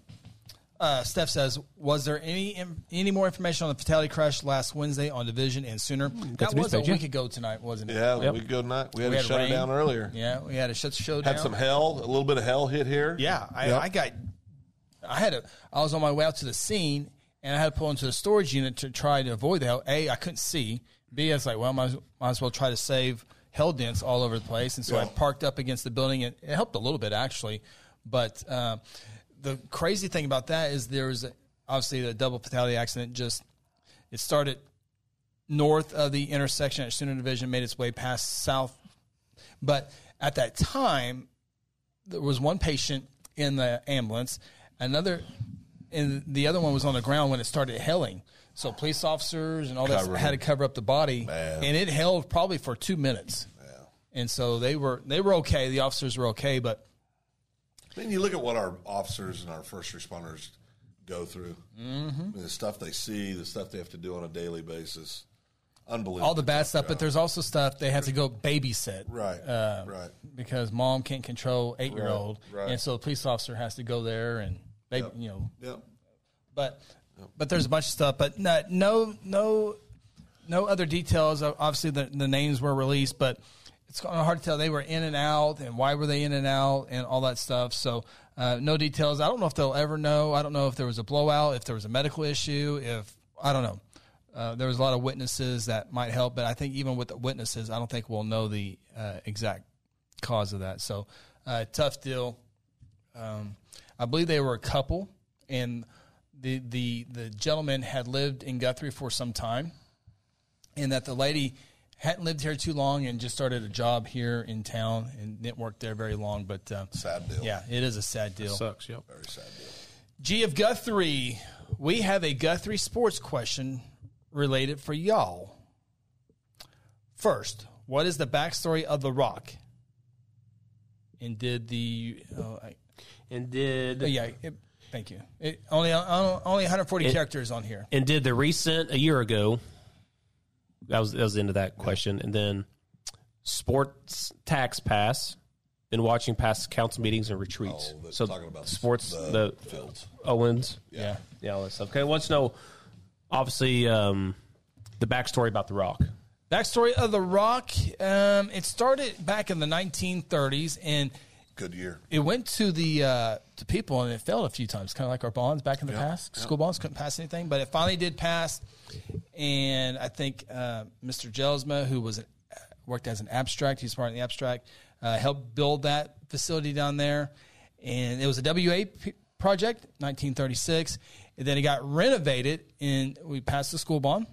S4: Uh, Steph says, "Was there any any more information on the fatality crash last Wednesday on Division and Sooner?
S3: Hmm,
S4: That
S2: the news
S4: was a
S2: page, yeah.
S4: week ago tonight, wasn't it?
S3: Yeah,
S2: Yep.
S3: we go night. We had
S4: We
S3: to
S4: had
S3: shut
S4: rain.
S3: it down earlier.
S4: Yeah, we had a shut show
S3: Had
S4: down.
S3: some hell, a little bit of hell hit here.
S4: yeah, I,
S3: Yep.
S4: I got. I had a. I was on my way out to the scene, and I had to pull into the storage unit to try to avoid the hell. A, I couldn't see. B, I was like, well, might as, might as well try to save hell dents all over the place, and so I
S3: Yeah.
S4: parked up against the building, and it helped a little bit actually. But uh, the crazy thing about that is there was a- obviously the double fatality accident just It started north of the intersection at Sooner Division, made its way past south. But at that time, there was one patient in the ambulance, another, and the other one was on the ground when it started hailing. So police officers and all that
S3: Covered
S4: had to
S3: it.
S4: cover up the body,
S3: Man.
S4: and it held probably for two minutes. And so they were they were okay. The officers were okay, but
S3: Then you look at what our officers and our first responders go through. Mm-hmm. the stuff they see, the stuff they have to do on a daily basis. Unbelievable.
S4: all the bad stuff. But there's also stuff they had to go babysit.
S3: Right.
S4: uh,
S3: right.
S4: because mom can't control eight year old,
S3: Right, right.
S4: and so the police officer has to go there and they, you know,
S3: Yep.
S4: but but there's a bunch of stuff, but no no no, no other details. Uh, Obviously, the, the names were released, but it's kind of hard to tell they were in and out and why were they in and out and all that stuff. So uh, no details. I don't know if they'll ever know. I don't know if there was a blowout, if there was a medical issue, if I don't know. Uh, there was a lot of witnesses that might help, but I think even with the witnesses, I don't think we'll know the uh, exact cause of that. So uh, tough deal. Um, I believe they were a couple, and the the the gentleman had lived in Guthrie for some time, and that the lady hadn't lived here too long and just started a job here in town and didn't work there very long. But uh,
S3: Sad deal.
S4: yeah, it is a sad deal.
S2: Sucks. Yep.
S3: Very sad deal.
S4: G of Guthrie, we have a Guthrie sports question related for y'all. First, what is the backstory of The Rock? And did the uh, I-
S2: And did
S4: Oh, yeah, it, thank you. It, only uh, only 140
S2: It-
S4: characters on here.
S2: and did the recent a year ago? That was that was the end of that question. And then sports tax pass. Been watching past council meetings and retreats.
S3: Oh, that's
S2: so
S3: talking about
S2: sports the,
S3: the fields.
S2: Owens.
S4: Yeah.
S2: Yeah, all that stuff. Okay, let's know obviously um, the backstory about the Rock.
S4: Backstory of The Rock. Um, it started back in the 1930s, and
S3: Good year.
S4: it went to the uh, to people, and it failed a few times, kind of like our bonds back in the past. School bonds couldn't pass anything, but it finally did pass. And I think uh, Mr. Gelsma, who was worked as an abstract, he's part of the abstract, uh, helped build that facility down there. And it was a WA p- project, 1936. And then it got renovated, and we passed the school bond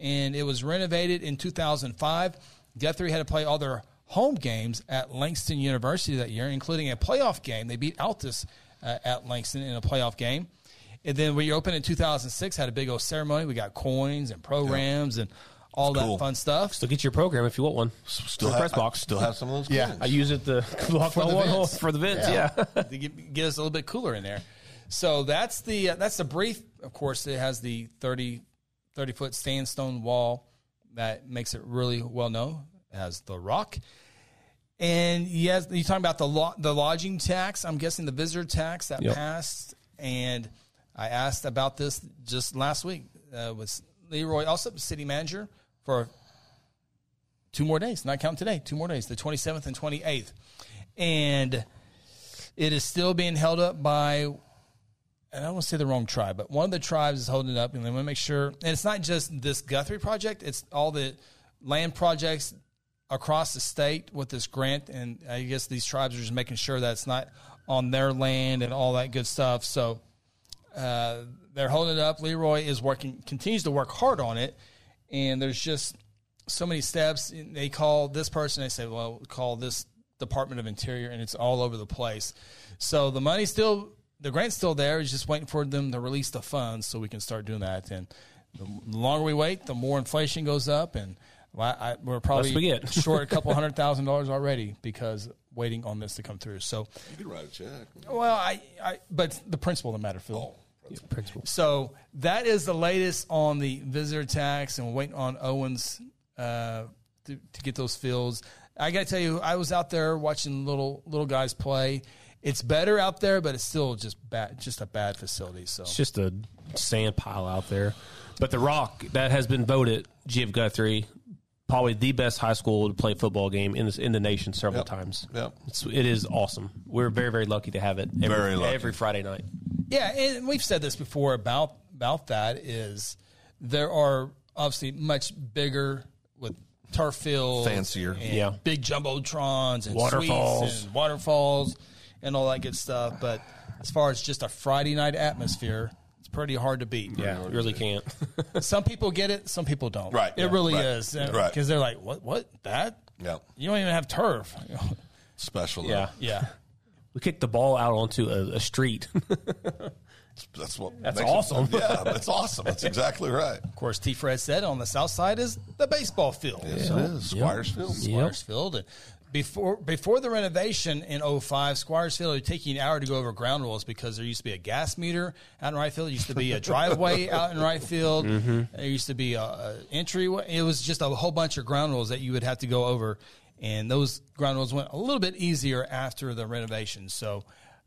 S4: and it was renovated in 2005. Guthrie had to play all their home games at Langston University that year, including a playoff game. They beat Altus uh, at Langston in a playoff game. And then we opened in 2006, had a big old ceremony. We got coins and programs and all that
S3: cool.
S4: fun stuff.
S2: So get your program if you want one. Still press
S3: I
S2: box.
S3: Still have some of those.
S2: I
S3: coins.
S2: use it to (laughs) block
S4: For
S2: the
S4: the
S2: one hole
S4: vents.
S2: for the vents. Yeah.
S4: to get, get us a little bit cooler in there. So that's the uh, that's the brief. Of course, it has the 30, 30 foot sandstone wall that makes it really well known. as The Rock. And yes, you're talking about the lo- the lodging tax. I'm guessing the visitor tax that
S2: Yep.
S4: passed. And I asked about this just last week uh, with Leroy, also city manager, for two more days, not counting today, two more days, the 27th and 28th. And it is still being held up by and I don't want to say the wrong tribe, but one of the tribes is holding it up, and they want to make sure. And it's not just this Guthrie project; it's all the land projects across the state with this grant. And I guess these tribes are just making sure that it's not on their land and all that good stuff. So uh, they're holding it up. Leroy is working, continues to work hard on it, and there's just so many steps. And They call this person, they say, well, call this Department of Interior, and it's all over the place. So the money's still, the grant's still there. It's just waiting for them to release the funds so we can start doing that. And the longer we wait, the more inflation goes up, and I, I, we're probably
S2: we
S4: (laughs)
S2: get.
S4: short a couple hundred thousand dollars already because waiting on this to come through. So,
S3: You can write a check.
S4: well, I, I but the principle of the matter, Phil.
S2: (laughs)
S4: So that is the latest on the visitor tax, and we're waiting on Owens uh, to, to get those fields. I got to tell you, I was out there watching little little guys play. It's better out there, but it's still just bad, just a bad facility. So
S2: It's just a sand pile out there. But The Rock, that has been voted, Jim Guthrie, probably the best high school to play football game in, this, in the nation several times.
S3: Yep.
S2: It's, it is awesome. We're very, very lucky to have it every,
S3: Very lucky.
S2: every Friday night.
S4: Yeah, and we've said this before about about that is there are obviously much bigger with turf fields,
S3: Fancier.
S4: and
S2: Yeah.
S4: big jumbotrons and
S2: Waterfalls.
S4: suites and waterfalls, and all that good stuff. But as far as just a Friday night atmosphere, it's pretty hard to beat.
S2: Yeah, you
S3: (laughs)
S2: really can't.
S4: some people get it, some people don't.
S3: Right.
S4: it
S3: Yeah.
S4: really
S3: Right.
S4: is because
S3: Right.
S4: they're like, what, what that?
S3: Yeah.
S4: You don't even have turf. (laughs)
S3: Special.
S2: yeah.
S3: Yeah.
S4: yeah.
S2: We kicked the ball out onto a, a street. (laughs)
S3: That's what.
S2: That's
S3: makes it-
S2: awesome.
S3: yeah, that's awesome. That's exactly
S2: (laughs)
S3: right.
S4: Of course, T. Fred said on the south side is the baseball field.
S3: Yes, it is. Squires Field.
S4: Squires Field. And before before the renovation in 05, Squires Field would take you an hour to go over ground rules because there used to be a gas meter out in right field. There used to be a
S2: (laughs)
S4: driveway out in right field.
S2: Mm-hmm.
S4: There used to be a, a entryway. It was just a whole bunch of ground rules that you would have to go over. And those ground rules went a little bit easier after the renovation. So,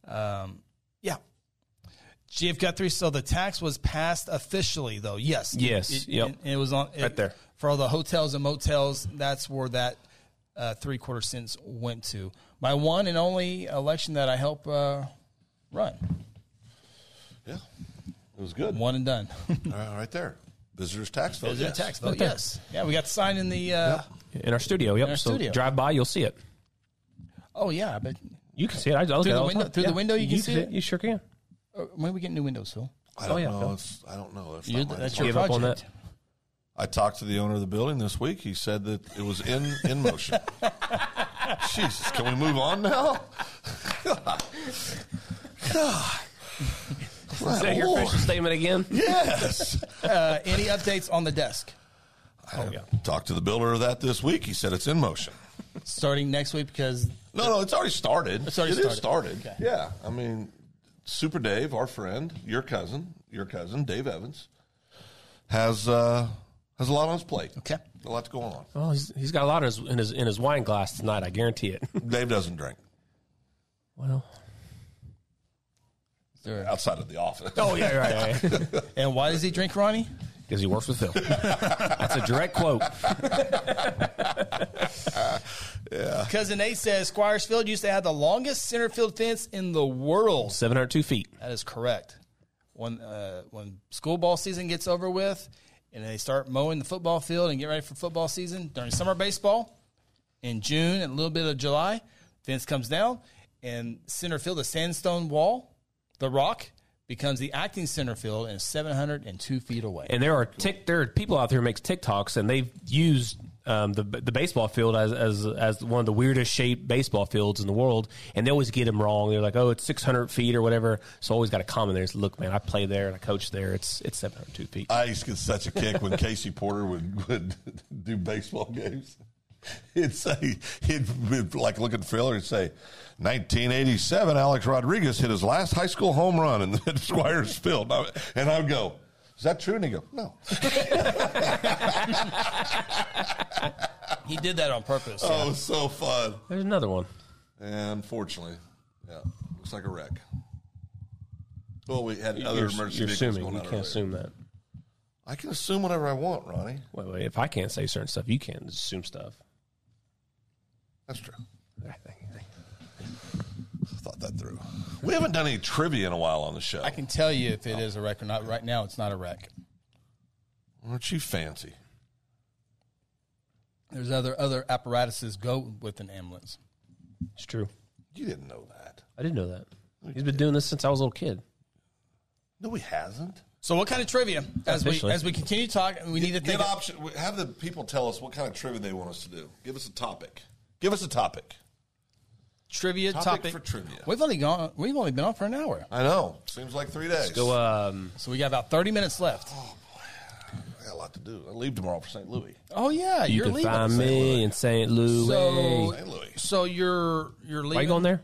S4: um, yeah. GF Guthrie. So the tax was passed officially, though. Yes.
S2: Yes,
S4: It,
S2: yep.
S4: and it was on it-
S2: Right there.
S4: for all the hotels and motels. That's where that uh, three quarter cents went to. My one and only election that I help uh, run,
S3: Yeah. It was good.
S4: one and done. (laughs)
S3: Uh, right there. Visitors tax vote.
S4: Is it a
S3: yes.
S4: tax vote? Yes. Yeah, we got to sign in the. Uh,
S2: in our studio. Yep.
S4: our
S2: so
S4: studio.
S2: drive by, you'll see it.
S4: Oh yeah, I bet.
S2: You can see it. I, I
S4: Through
S2: look at
S4: the
S2: it all
S4: window-
S2: time.
S4: through the window you can see it?
S2: You sure can.
S4: Uh, When we get new windows, Phil.
S3: I don't
S2: Oh, yeah,
S3: know.
S2: Phil.
S3: It's, I don't know. It's
S4: You're
S3: not
S4: the-
S3: my
S4: that's
S3: fault.
S4: your
S2: Gave up on
S4: project.
S2: that.
S3: I talked to the owner of the building this week. He said that it was in in
S2: (laughs)
S3: motion. Jesus, can we move on now? (laughs) God. God.
S2: Is that your
S3: Lord.
S2: official statement again?
S3: Yes.
S4: Uh, any updates on the desk? Oh,
S3: Talked to the builder of that this week. He said it's in motion.
S4: Starting next week because
S3: No, no, it's already started.
S4: It's already
S3: It is
S4: started.
S3: started.
S4: Okay.
S3: Yeah, I mean, Super Dave, our friend, your cousin, your cousin Dave Evans, has uh, has a lot on his plate.
S4: Okay.
S3: a lot's going on.
S2: Oh, he's, he's got a lot in his, in his in his wine glass tonight. I guarantee it.
S3: Dave doesn't drink
S2: Well,
S3: outside of the office.
S2: oh (laughs) yeah, right, right.
S4: and why does he drink, Ronnie?
S2: Because he works with Phil. (laughs) That's a direct quote.
S4: Cousin Nate says Squires Field used to have the longest center field fence in the world.
S2: Seven hundred two feet.
S4: That is correct. When uh, when school ball season gets over with, and they start mowing the football field and get ready for football season during summer baseball, in June and a little bit of July, fence comes down, and center field, the sandstone wall, the rock becomes the acting center field and is 702 feet away.
S2: And there are tick. There are people out there who makes TikToks, and they've used um, the the baseball field as, as as one of the weirdest shaped baseball fields in the world. And they always get them wrong. They're like, oh, it's six hundred feet or whatever. So I always got a comment there. It's look, man, I play there and I coach there. It's it's seven hundred two feet.
S3: I used to get such a kick when Casey Porter would, would (laughs) do baseball games. He'd say, he'd would, like look at Phil and say, (laughs) 1987, Alex Rodriguez hit his last high school home run in the Squires Field. And I would go, Is that true? And he go,
S2: (laughs)
S3: no.
S4: He did that on purpose.
S3: Oh, it was so fun.
S2: There's another one.
S3: And unfortunately, yeah, looks like a wreck. Well, we had other
S2: you're
S3: emergency
S2: you're
S3: vehicles
S2: assuming.
S3: going
S2: You
S3: out
S2: can't
S3: earlier.
S2: assume that.
S3: I can assume whatever I want, Ronnie.
S2: Wait, wait. If I can't say certain stuff, you can't assume stuff.
S3: That's true. I thought that through. We haven't done any trivia in a while on the show.
S4: I can tell you if it is a wreck or not. Right now, it's not a wreck.
S3: Aren't you fancy?
S4: There's other other apparatuses go with an ambulance.
S2: It's true.
S3: You didn't know that.
S2: I didn't know that. He's been doing this since I was a little kid.
S3: No, he hasn't.
S4: So, what kind of trivia? As we
S2: Officially.
S4: as we continue talking, we need to think.
S3: Get option. Have the people tell us what kind of trivia they want us to do. Give us a topic. Give us a topic.
S4: trivia
S3: Topic
S4: topic,
S3: for trivia.
S4: We've only gone. We've only been on for an hour,
S3: I know. Seems like three days.
S2: Go. Um,
S4: so we got about thirty minutes left.
S3: I got a lot to do. I leave tomorrow for St. Louis.
S4: Oh yeah,
S2: you
S4: you're
S2: can
S4: leaving.
S2: find me in St. Louis.
S4: So,
S3: St. Louis.
S4: so you're you're leaving.
S2: Why you going there?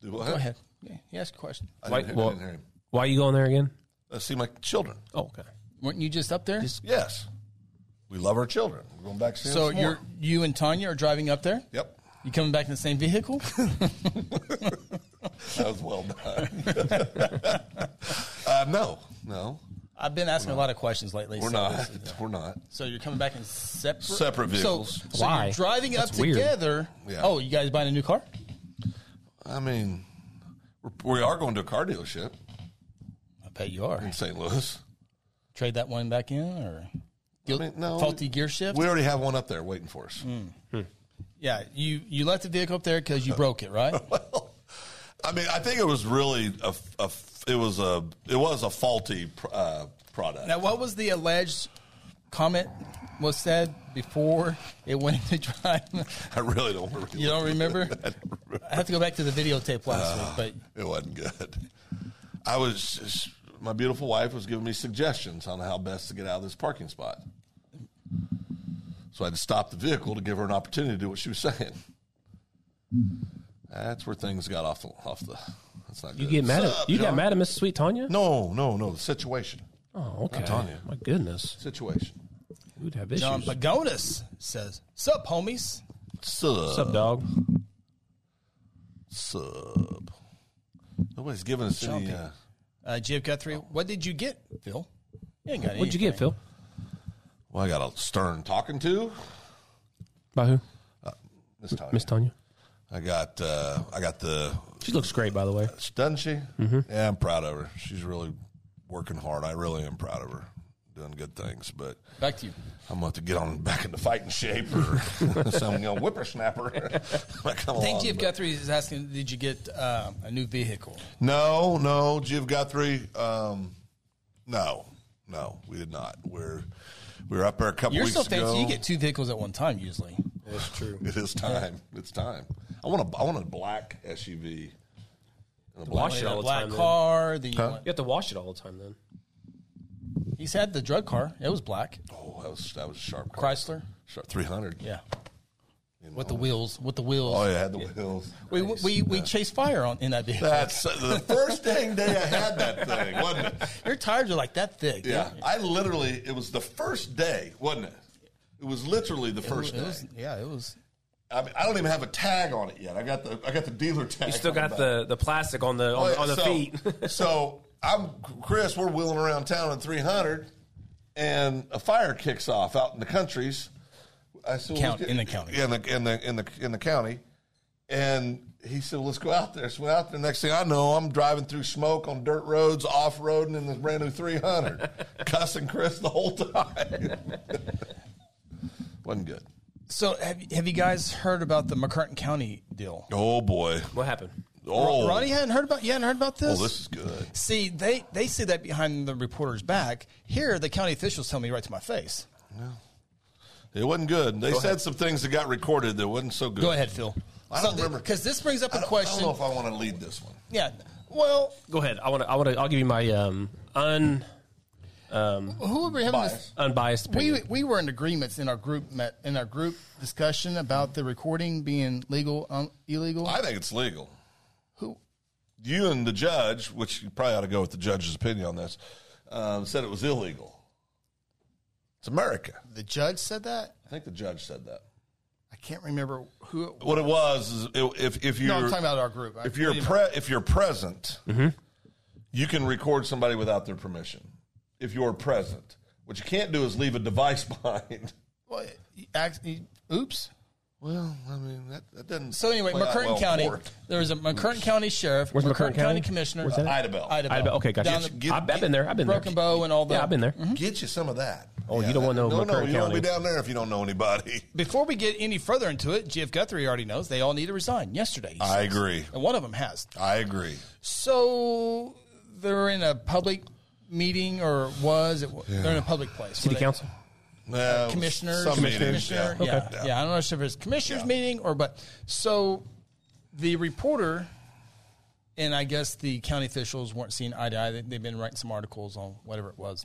S3: Do what?
S4: Go ahead. Yeah, you ask a question.
S3: I
S2: Why,
S3: didn't hear- I
S2: well,
S3: didn't hear him.
S2: why you going there again?
S3: Uh, see my children.
S2: Oh, okay.
S4: Weren't you just up there?
S3: Yes, we love our children. We're going back to see
S4: so
S3: them some
S4: you're
S3: more.
S4: you and Tanya are driving up there.
S3: Yep,
S4: You coming back in the same vehicle? (laughs)
S3: that was well done. (laughs) uh, no, no,
S4: I've been asking a lot of questions lately.
S3: we're
S4: so
S3: not. We're not.
S4: So you're coming back in separate
S3: Separate vehicles.
S4: So, so
S2: Why?
S4: you're driving up
S2: That's weird.
S4: together.
S3: Yeah.
S4: Oh, you guys buying a new car?
S3: I mean, we're, we are going to a car dealership
S4: I bet you are.
S3: in St. Louis.
S4: Trade that one back in, or
S3: I mean, no
S4: faulty gear Hmm. shift.
S3: We already have one up there waiting for us.
S4: yeah, you you left the vehicle up
S3: (laughs)
S4: there because you broke it, right?
S3: I mean, I think it was really a, a it was a it was a faulty pr- uh, product.
S4: now, what was the alleged comment was said before it went into drive?
S3: (laughs) I really don't remember.
S4: (laughs) you don't remember? I have to go back to the videotape last week,
S3: It wasn't good. I was my beautiful wife was giving me suggestions on how best to get out of this parking spot. So I had to stop the vehicle to give her an opportunity to do what she was saying. That's where things got off the off the. That's not good.
S2: You get mad
S3: Sup,
S2: at you got
S3: John?
S2: mad at Miss Sweet Tanya?
S3: No, no, no. The situation,
S2: Oh, okay.
S3: Tanya.
S2: My goodness,
S3: situation.
S2: we'd have
S4: but
S2: issues.
S4: John Pagonis says, "Sup, homies."
S2: What's up, dog?
S3: Sub. Nobody's giving us any. Uh,
S4: Uh, Jib Guthrie, what did you get, Phil? You ain't got
S2: What'd you get,
S4: anything.
S2: Phil?
S3: well, I got a stern talking to
S2: By who?
S3: this time.
S2: Miss Tanya.
S3: I got. Uh, I got the
S2: She looks great, by the way.
S3: doesn't she?
S4: Mm-hmm.
S3: Yeah, I'm proud of her. She's really working hard. I really am proud of her, doing good things. But
S4: Back to you.
S3: I'm going to get on back into fighting shape
S4: (laughs)
S3: or some young whippersnapper. (laughs) when I come
S4: I think
S3: along,
S4: Jib
S3: but-
S4: Guthrie is asking, did you get uh, a new vehicle?
S3: No, no, Jim Guthrie. Um, no, no, we did not. We're we were up there a couple
S4: You're
S3: weeks
S4: so fancy.
S3: ago.
S4: You get two vehicles at one time usually.
S3: That's true. (laughs) It is time. It's time. I want a I want a black SUV. And a black
S2: Wash it all
S4: A
S2: the
S4: black
S2: time. then.
S4: car. Then you
S3: Huh?
S4: want-
S2: You have to wash it all the time then.
S4: He's had the drug car. It was black.
S3: Oh, that was that was a sharp. car.
S4: Chrysler.
S3: Sharp three hundred.
S4: Yeah. With the wheels. With the wheels.
S3: Oh, yeah, I had the wheels.
S4: We, we, we chased fire on in that vehicle.
S3: That's the first dang day I had that thing, wasn't it?
S4: Your tires are like that thick.
S3: Yeah, I literally, it was the first day, wasn't it? It was literally the
S4: It
S3: first day.
S4: was, yeah, it was.
S3: I, mean, I don't even have a tag on it yet. I got the I got the dealer tag.
S2: You still
S3: on
S2: got
S3: back.
S2: the, the plastic on the
S3: Oh,
S2: on,
S3: yeah,
S2: on the
S3: so,
S2: feet. (laughs)
S4: (laughs)
S3: so I'm Chris. We're wheeling around town in 300, and a fire kicks off out in the countries. I said,
S4: Count-
S3: let's
S4: in the county.
S3: Yeah, in the in the in the in the county, and he said, "Let's go out there." So we went out there. Next thing I know, I'm driving through smoke on dirt roads, off roading in this brand new
S4: (laughs)
S3: 300, cussing Chris the whole time. (laughs) Wasn't good.
S4: So have, have you guys heard about the McCartan County deal?
S3: Oh boy.
S2: what happened?
S3: Oh,
S4: Ronnie hadn't heard about. You hadn't heard about
S3: oh
S4: this.
S3: this is good.
S4: See, they they see that behind the reporter's back. Here, the county officials tell me right to my face.
S3: It wasn't good. They said some things that got recorded that wasn't so good.
S4: Go ahead, Phil.
S3: I don't remember.
S4: because this brings up
S3: I
S4: a
S3: don't,
S4: question.
S3: I don't know if I want to lead this one.
S4: yeah. Well,
S2: Go ahead. I want to. I want to. I'll give you my um un
S4: who were we having this?
S2: unbiased opinion.
S4: We we were in agreements in our group met in our group discussion about the recording being legal, um, illegal.
S3: I think it's legal.
S4: who
S3: You and the judge, which you probably ought to go with the judge's opinion on this, um, said it was illegal. It's America.
S4: The judge said that.
S3: I think the judge said that.
S4: I can't remember who. It,
S3: What it was is i- if if you
S4: no, I'm talking about our group. I-
S3: if you're pre- if you're present, you can record somebody without their permission. If you're present, what you can't do is leave a device (laughs) behind.
S4: Well, he act- he- oops.
S3: Well, I mean that, that doesn't.
S4: So anyway,
S3: play out
S4: McCurtain
S3: well
S4: County.
S3: for it.
S4: There was a McCurtain County sheriff,
S2: Where's
S4: McCurtain,
S2: McCurtain
S4: County,
S2: County?
S4: commissioner,
S2: Where's that at?
S3: Idabel.
S4: Idabel.
S2: Idabel. Okay, gotcha.
S4: Down the
S2: I've, I've been there. I've been
S4: Broken
S2: there.
S4: Bow and all Mm-hmm. that.
S2: Yeah, I've been there.
S3: Get you some of that.
S2: Oh, you don't wanna know
S3: No, no,
S2: McCurtain
S3: you don't be
S2: County.
S3: down there if you don't know
S4: (laughs)
S3: anybody.
S4: Before we get any further into it, Jeff Guthrie already knows they all need to resign yesterday.
S3: I agree.
S4: and one of them has.
S3: I agree.
S4: So they're in a public meeting, or was it? They're in a public place.
S2: City
S4: Were they-
S2: council.
S3: Well,
S4: Uh, commissioners,
S3: Uh, some meetings,
S4: commissioner,
S3: yeah.
S4: yeah. yeah, I don't know if it's commissioners meeting or but so the reporter and I guess the county officials weren't seeing eye to eye. They, they've been writing some articles on whatever it was,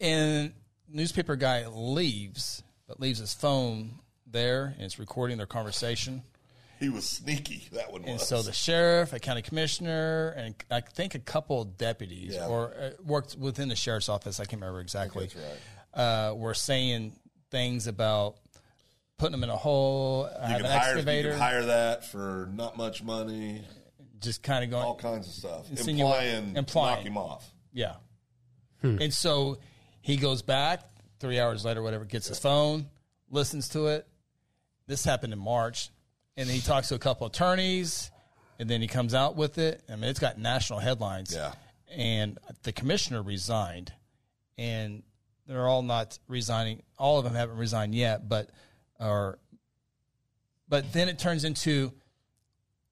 S4: and newspaper guy leaves, but leaves his phone there and it's recording their conversation.
S3: He was sneaky. That one was.
S4: And so the sheriff, a county commissioner, and I think a couple of deputies
S3: Yeah.
S4: or uh, worked within the sheriff's office. I can't remember exactly. uh, were saying things about putting them in a hole, I
S3: you
S4: have
S3: can,
S4: an
S3: hire, you
S4: excavator,
S3: can hire that for not much money,
S4: just kind of going,
S3: all kinds of stuff.
S4: Insinuate-
S3: Implying,
S4: implying.
S3: knock him off.
S4: yeah. And so he goes back three hours later, whatever, gets his phone, listens to it. This happened in March, and he talks to a couple attorneys, and then he comes out with it. I mean, it's got national headlines.
S3: Yeah.
S4: and the commissioner resigned, and they're all not resigning. All of them haven't resigned yet, but are. But then it turns into,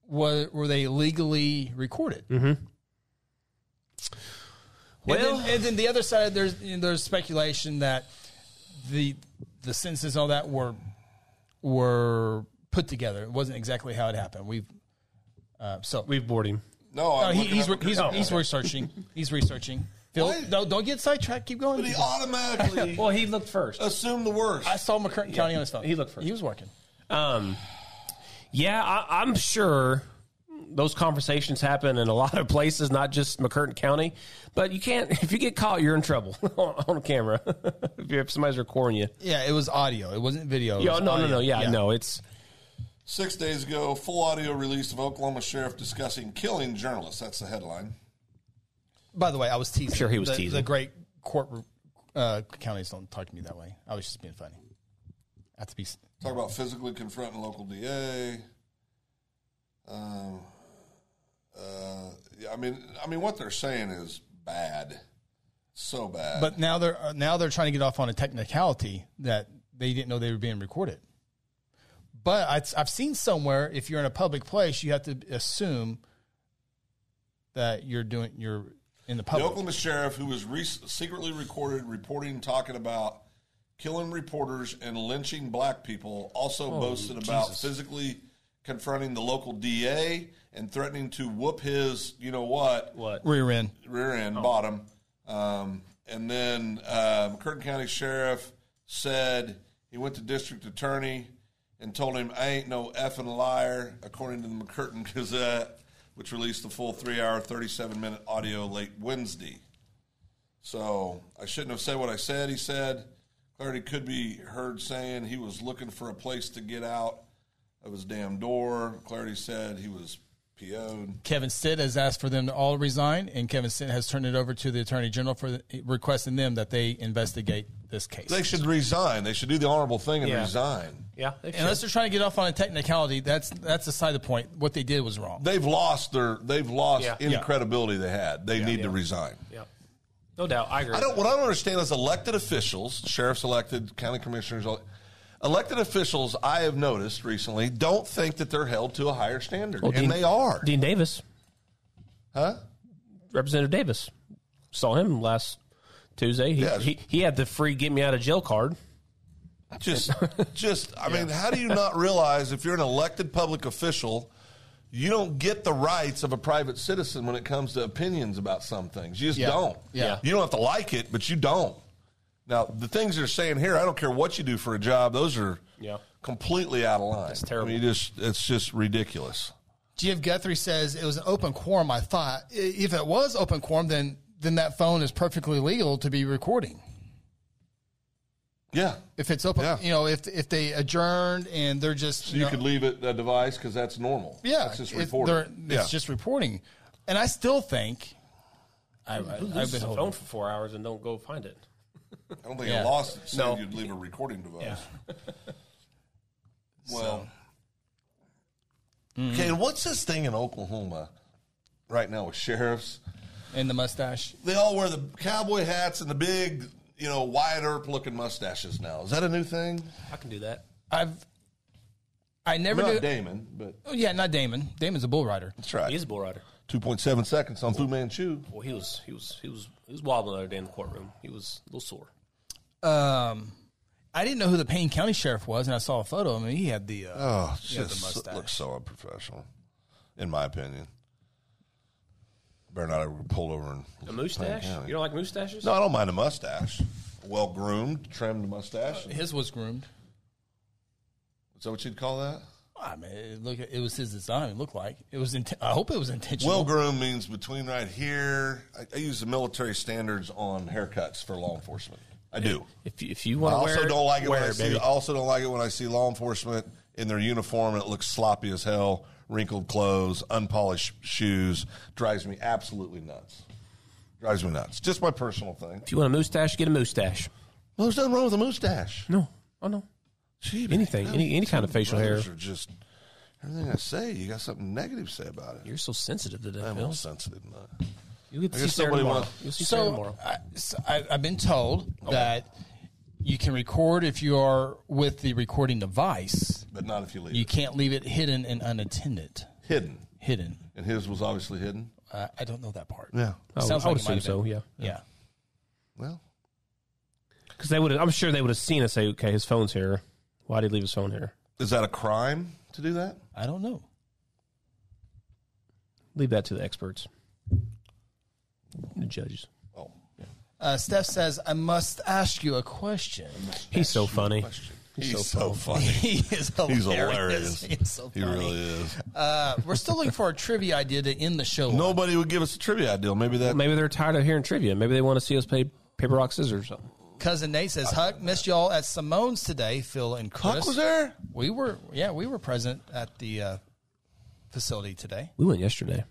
S4: were, were they legally recorded? Well, and then, and then the other side, there's you know, there's speculation that the the sentences and all that were were put together. It wasn't exactly how it happened. We've uh, so
S2: We've bored him.
S3: No,
S4: no,
S3: I'm
S4: he,
S3: looking
S4: he's
S3: up-
S4: re- he's, he's researching. He's researching. Phil,
S3: Why-
S4: no, don't get sidetracked. Keep going.
S3: But he
S4: (laughs)
S3: automatically
S2: Well, he looked first.
S3: assumed the worst.
S4: I saw McCurtain County on his phone.
S2: he looked first.
S4: He was working.
S2: Um, yeah, I, I'm sure those conversations happen in a lot of places, not just McCurtain County. But you can't if you get caught, you're in trouble (laughs) on, on camera. (laughs) if, you if somebody's recording you,
S4: Yeah, it was audio. It wasn't video.
S2: yeah, no, no, no, yeah, no, it's
S3: Six days ago, full audio release of Oklahoma sheriff discussing killing journalists. That's the headline.
S4: By the way, I was teasing.
S2: Sure, he was
S4: the,
S2: teasing.
S4: The great court uh, counties don't talk to me that way. I was just being funny. I have to be. s-
S3: Talk about physically confronting local DA. Um, uh, yeah, I mean, I mean, what they're saying is bad, so bad.
S4: But now they're uh, now they're trying to get off on a technicality that they didn't know they were being recorded. But I, I've seen somewhere if you're in a public place, you have to assume that you're doing you're in the
S3: the
S4: public.
S3: Oklahoma sheriff, who was re- secretly recorded reporting, talking about killing reporters and lynching black people, also boasted about physically confronting the local DA and threatening to whoop his, you know what,
S2: what
S4: Rear end.
S3: rear end, bottom. Um, and then um, Curtin County Sheriff said he went to district attorney and told him, I ain't no effing liar, according to the McCurtain Gazette, which released the full three hour, 37 minute audio late Wednesday. So I shouldn't have said what I said, he said. Clarity could be heard saying he was looking for a place to get out of his damn door. Clarity said he was PO'd.
S4: Kevin Stitt has asked for them to all resign, and Kevin Stitt has turned it over to the attorney general for the, requesting them that they investigate this case.
S3: They should resign. They should do the honorable thing and
S2: Yeah.
S3: resign.
S2: yeah. they should.
S4: Unless they're trying to get off on a technicality, that's that's aside the point. What they did was wrong.
S3: They've lost their they've lost
S2: Yeah.
S3: any
S4: Yeah.
S3: credibility they had. They need to resign.
S2: yeah, no doubt. I agree.
S3: I don't what I don't understand is elected officials, sheriffs elected, county commissioners ele- elected officials I have noticed recently don't think that they're held to a higher standard.
S2: Well,
S3: and
S2: Dean-
S3: they are.
S2: Dean Davis,
S3: huh?
S2: Representative Davis, saw him last Tuesday. He
S3: Yeah.
S2: he, he had the free get me out of jail card.
S4: (laughs)
S3: Just just I mean, how do you not realize if you're an elected public official you don't get the rights of a private citizen when it comes to opinions about some things. You just
S4: Yeah.
S3: don't.
S4: Yeah.
S3: You don't have to like it, but you don't. Now, the things they're saying here, I don't care what you do for a job, those are
S2: Yeah.
S3: completely out of line. It's
S2: terrible.
S3: I mean, you just, it's just ridiculous.
S4: Jeff Guthrie says it was an open quorum. I thought I- if it was open quorum, then then that phone is perfectly legal to be recording.
S3: Yeah.
S4: If it's open,
S3: Yeah.
S4: you know, if if they adjourned and they're just
S3: So
S4: you
S3: you
S4: know,
S3: could leave it a device because that's normal.
S4: yeah,
S3: That's just
S4: it-
S3: reported.
S4: they're- it's just reporting, and I still think I, I, I've been
S2: Loses a
S4: holding.
S2: phone for four hours and don't go find it.
S3: I don't think I
S4: Yeah.
S3: lost it. So
S2: No.
S3: you'd leave a recording device. (laughs)
S4: So,
S3: Well.
S4: Mm-hmm.
S3: Okay, and what's this thing in Oklahoma right now with sheriffs?
S4: and the mustache.
S3: They all wear the cowboy hats and the big, you know, Wyatt Earp looking mustaches now. Is that a new thing?
S2: I can do that.
S4: I've I never
S3: Not
S4: knew.
S3: Damon, but
S4: oh, yeah, not Damon. Damon's a bull rider.
S3: that's right.
S2: He is a bull rider.
S3: 2.7 seconds on Fu Manchu.
S2: Well, he was he was he was he was wobbling the other day in the courtroom. He was a little sore.
S4: Um, I didn't know who the Payne County sheriff was, and I saw a photo of him. He had the. Uh,
S3: Oh,
S4: Yeah, the
S3: just
S4: mustache.
S3: looks so unprofessional, in my opinion. Better not ever get pulled over and
S2: A moustache?
S3: Payne County.
S2: You don't like moustaches?
S3: No, I don't mind a mustache. Well groomed, trimmed mustache. Is
S4: his was groomed.
S3: that what you'd call that?
S4: I mean, it, look, it was his design. It looked like it was. Int- I hope it was intentional.
S3: Well groomed means between right here. I, I use the military standards on haircuts for law enforcement. I do.
S2: If you, if you
S3: I
S2: want to wear
S3: also don't like it when
S2: wear
S3: I
S2: it,
S3: see.
S2: baby.
S3: I also don't like it when I see law enforcement in their uniform. and It looks sloppy as hell. Wrinkled clothes, unpolished shoes drives me absolutely nuts. Drives me nuts. Just my personal thing.
S2: If you want a moustache, get a moustache.
S3: Well, there's nothing wrong with a mustache.
S2: No. Oh no. Anything, any any kind of facial hair.
S3: Brothers Are just everything I say. You got something negative to say about it.
S2: You're so sensitive to that,
S3: I'm all
S2: Phil.
S3: sensitive. man.
S2: You get to
S3: I
S2: see
S3: guess
S2: Sarah
S3: somebody
S2: tomorrow.
S3: wanna-
S2: You'll see Sarah
S4: so,
S2: tomorrow.
S4: I, so I, I've been told that you can record if you are with the recording device.
S3: But not if you leave
S4: You
S3: it
S4: can't leave it hidden and unattended.
S3: hidden.
S4: Hidden.
S3: And his was obviously hidden.
S4: Uh, I don't know that part.
S3: Yeah.
S2: I would-
S4: Sounds
S2: I would
S4: like it might have
S2: assume so.
S4: been.
S2: Yeah,
S4: Yeah.
S3: Well,
S2: because they would. I'm sure they would have seen us say, "Okay, his phone's here. Why did he leave his phone here?
S3: is that a crime to do that?
S4: I don't know.
S2: Leave that to the experts, the judges."
S3: Oh,
S4: Uh, Steph says, I must ask you a question.
S2: He's so funny.
S3: he's,
S4: (laughs)
S3: so, funny.
S4: He is hilarious.
S3: He's hilarious.
S4: He's so
S3: He
S4: funny.
S3: really is.
S4: Uh, we're still looking for a trivia idea to end the show. on.
S3: Nobody would give us a trivia deal. Maybe that.
S2: Maybe they're tired of hearing trivia. Maybe they want to see us play paper rock scissors. Or something.
S4: Cousin Nate says, Huck, missed y'all at Simone's today, Phil and Chris.
S3: Huck was there.
S4: We were, yeah, we were present at the uh, facility today.
S2: We went yesterday.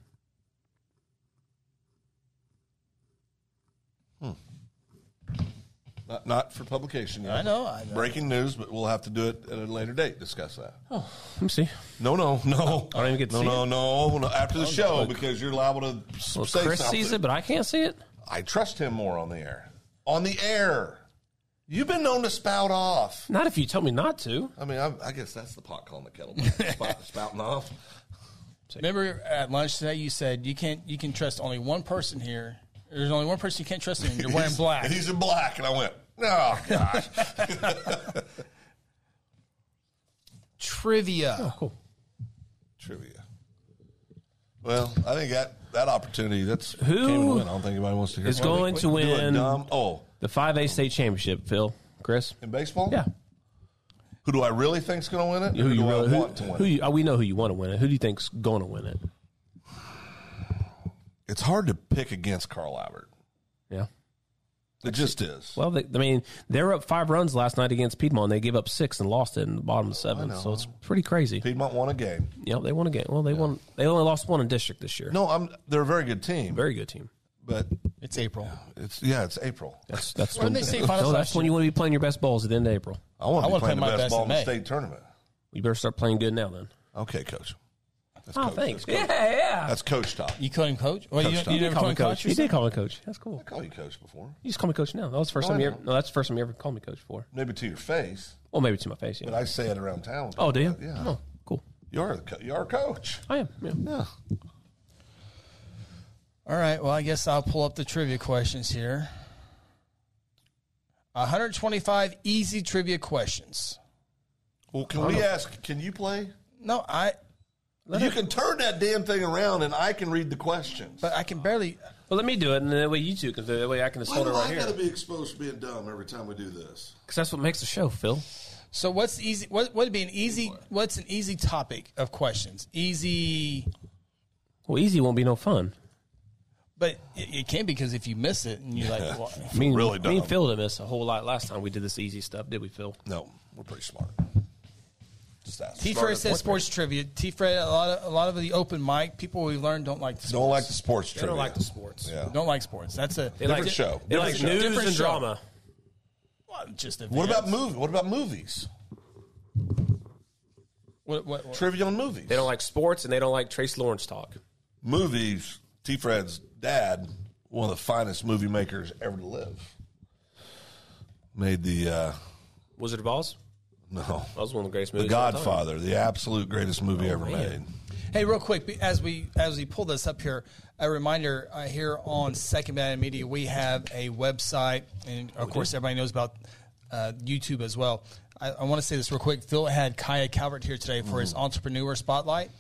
S3: Not, not for publication. Yet.
S4: I know, I know.
S3: Breaking news, but we'll have to do it at a later date. Discuss that.
S2: Let me see.
S3: No, no, no.
S2: I don't even get to
S3: no,
S2: see
S3: no,
S2: it. Oh,
S3: no, no. After the show, because you're liable to s-
S2: Well,
S3: say
S2: Chris
S3: something.
S2: sees it, but I can't see it.
S3: I trust him more on the air. On the air, you've been known to spout off.
S2: Not if you tell me not to.
S3: I mean, I, I guess that's the pot calling the
S2: (laughs)
S3: kettle black. Spout, spouting off.
S4: Remember at lunch today, you said you can't, you can trust only one person here. There's only one person you can't trust, and you're wearing
S3: He's-
S4: black.
S3: And he's in black, and I went, oh gosh.
S4: Trivia.
S3: Oh.
S2: Cool.
S3: Trivia. Well, I think that that opportunity that's
S2: Who
S3: came to win. I don't think anybody wants to hear
S2: is
S3: it. Well,
S2: going
S3: we-
S2: to
S3: we do a
S2: win-
S3: Dumb, oh,
S2: The five A state championship, Phil, Chris.
S3: in baseball,
S2: Yeah.
S3: Who do I really think's going to win it? Who,
S2: Who
S3: do
S2: you
S3: I
S2: really, who,
S3: want to win?
S2: who
S3: it?
S2: you, oh, we know who you want to win it. Who do you think's going to win it?
S3: It's hard to pick against Carl Albert.
S2: Yeah.
S3: It just is.
S2: Well, they, I mean, they were up five runs last night against Piedmont. and They gave up six and lost it in the bottom of seven. So it's pretty crazy.
S3: Piedmont won a game.
S2: Yeah, they won a game. Well, they won. They only lost one in district this year.
S3: No, I'm. They're a very good team,
S2: Very good team.
S3: but
S4: It's April.
S3: it's yeah, it's April.
S2: That's that's
S4: When they say finals
S2: no,
S4: last
S2: that's when
S4: year.
S2: you want to be playing your best balls at the end of April.
S3: I want
S4: I
S3: to be
S4: wanna
S3: playing
S4: play my
S3: the best
S4: best
S3: ball in
S4: in
S3: the
S4: May.
S3: state tournament.
S2: You better start playing good now, then.
S3: Okay, coach. That's
S2: Oh,
S3: coach.
S2: thanks.
S3: That's
S2: Yeah,
S3: coach.
S2: yeah.
S3: That's coach talk.
S4: You call him coach? Well,
S3: Coach
S4: you,
S3: Tom.
S4: you never call him coach?
S2: You did call me coach. That's cool.
S3: I called you coach before,
S2: You just call me coach now. That was the first
S3: No,
S2: time
S3: I
S2: you.
S3: know.
S2: Ever, no, that's the first time you ever called me coach for.
S3: maybe to your face,
S2: Well, maybe to my face. Yeah.
S3: but I say it around town.
S2: oh, do you?
S3: Yeah,
S2: Oh, cool.
S3: you are the co- you are a coach.
S2: I am. Yeah.
S3: Yeah.
S4: All right. Well, I guess I'll pull up the trivia questions here. 125 easy trivia questions.
S3: Well, can we ask? Can you play?
S4: No, I
S3: you can turn that damn thing around, and I can read the questions.
S4: but I can barely.
S2: Well, let me do it, and then that way you two can do it. That way I can just hold it right here.
S3: be exposed to being dumb every time we do this?
S2: Because that's what makes the show, Phil.
S4: So what's the easy? What would be an easy? What's an easy topic of questions? Easy.
S2: Well, easy won't be no fun.
S4: But it, it can because if you miss it
S3: (laughs)
S4: and you're like, well,
S2: Me, and-
S3: Really
S2: me
S3: dumb.
S2: and Phil didn't miss a whole lot last time we did this easy stuff, did we, Phil?
S3: No, we're pretty smart. Just ask.
S4: T. Fred says sports trivia. T. Fred, a lot of a lot of the open mic people we've learned don't like the sports.
S3: Don't like the sports
S2: They
S3: trivia.
S2: don't like the sports.
S3: Yeah.
S4: don't like sports. That's a
S2: They like
S3: Different show.
S2: They like
S3: Different show.
S2: news
S4: Different
S2: and
S4: show.
S2: drama.
S4: well, just a
S3: What about movie? What about movies?
S4: what, what, what-
S3: Trivia on movies.
S2: They don't like sports and they don't like Trace Lawrence talk.
S3: movies. T. Fred's dad, one of the finest movie makers ever to live, made the uh,
S2: Wizard of Oz?
S3: no,
S2: That was one of the greatest
S3: The
S2: movies. of all time.
S3: Godfather, the absolute greatest
S2: Oh,
S3: movie ever made.
S4: Hey, real quick, be- as we as we pull this up here, a reminder uh, here on Second Banana Media, we have a website, and of course, everybody knows about uh, YouTube as well. I, I want to say this real quick. Phil had Kaya Calvert here today for his entrepreneur spotlight,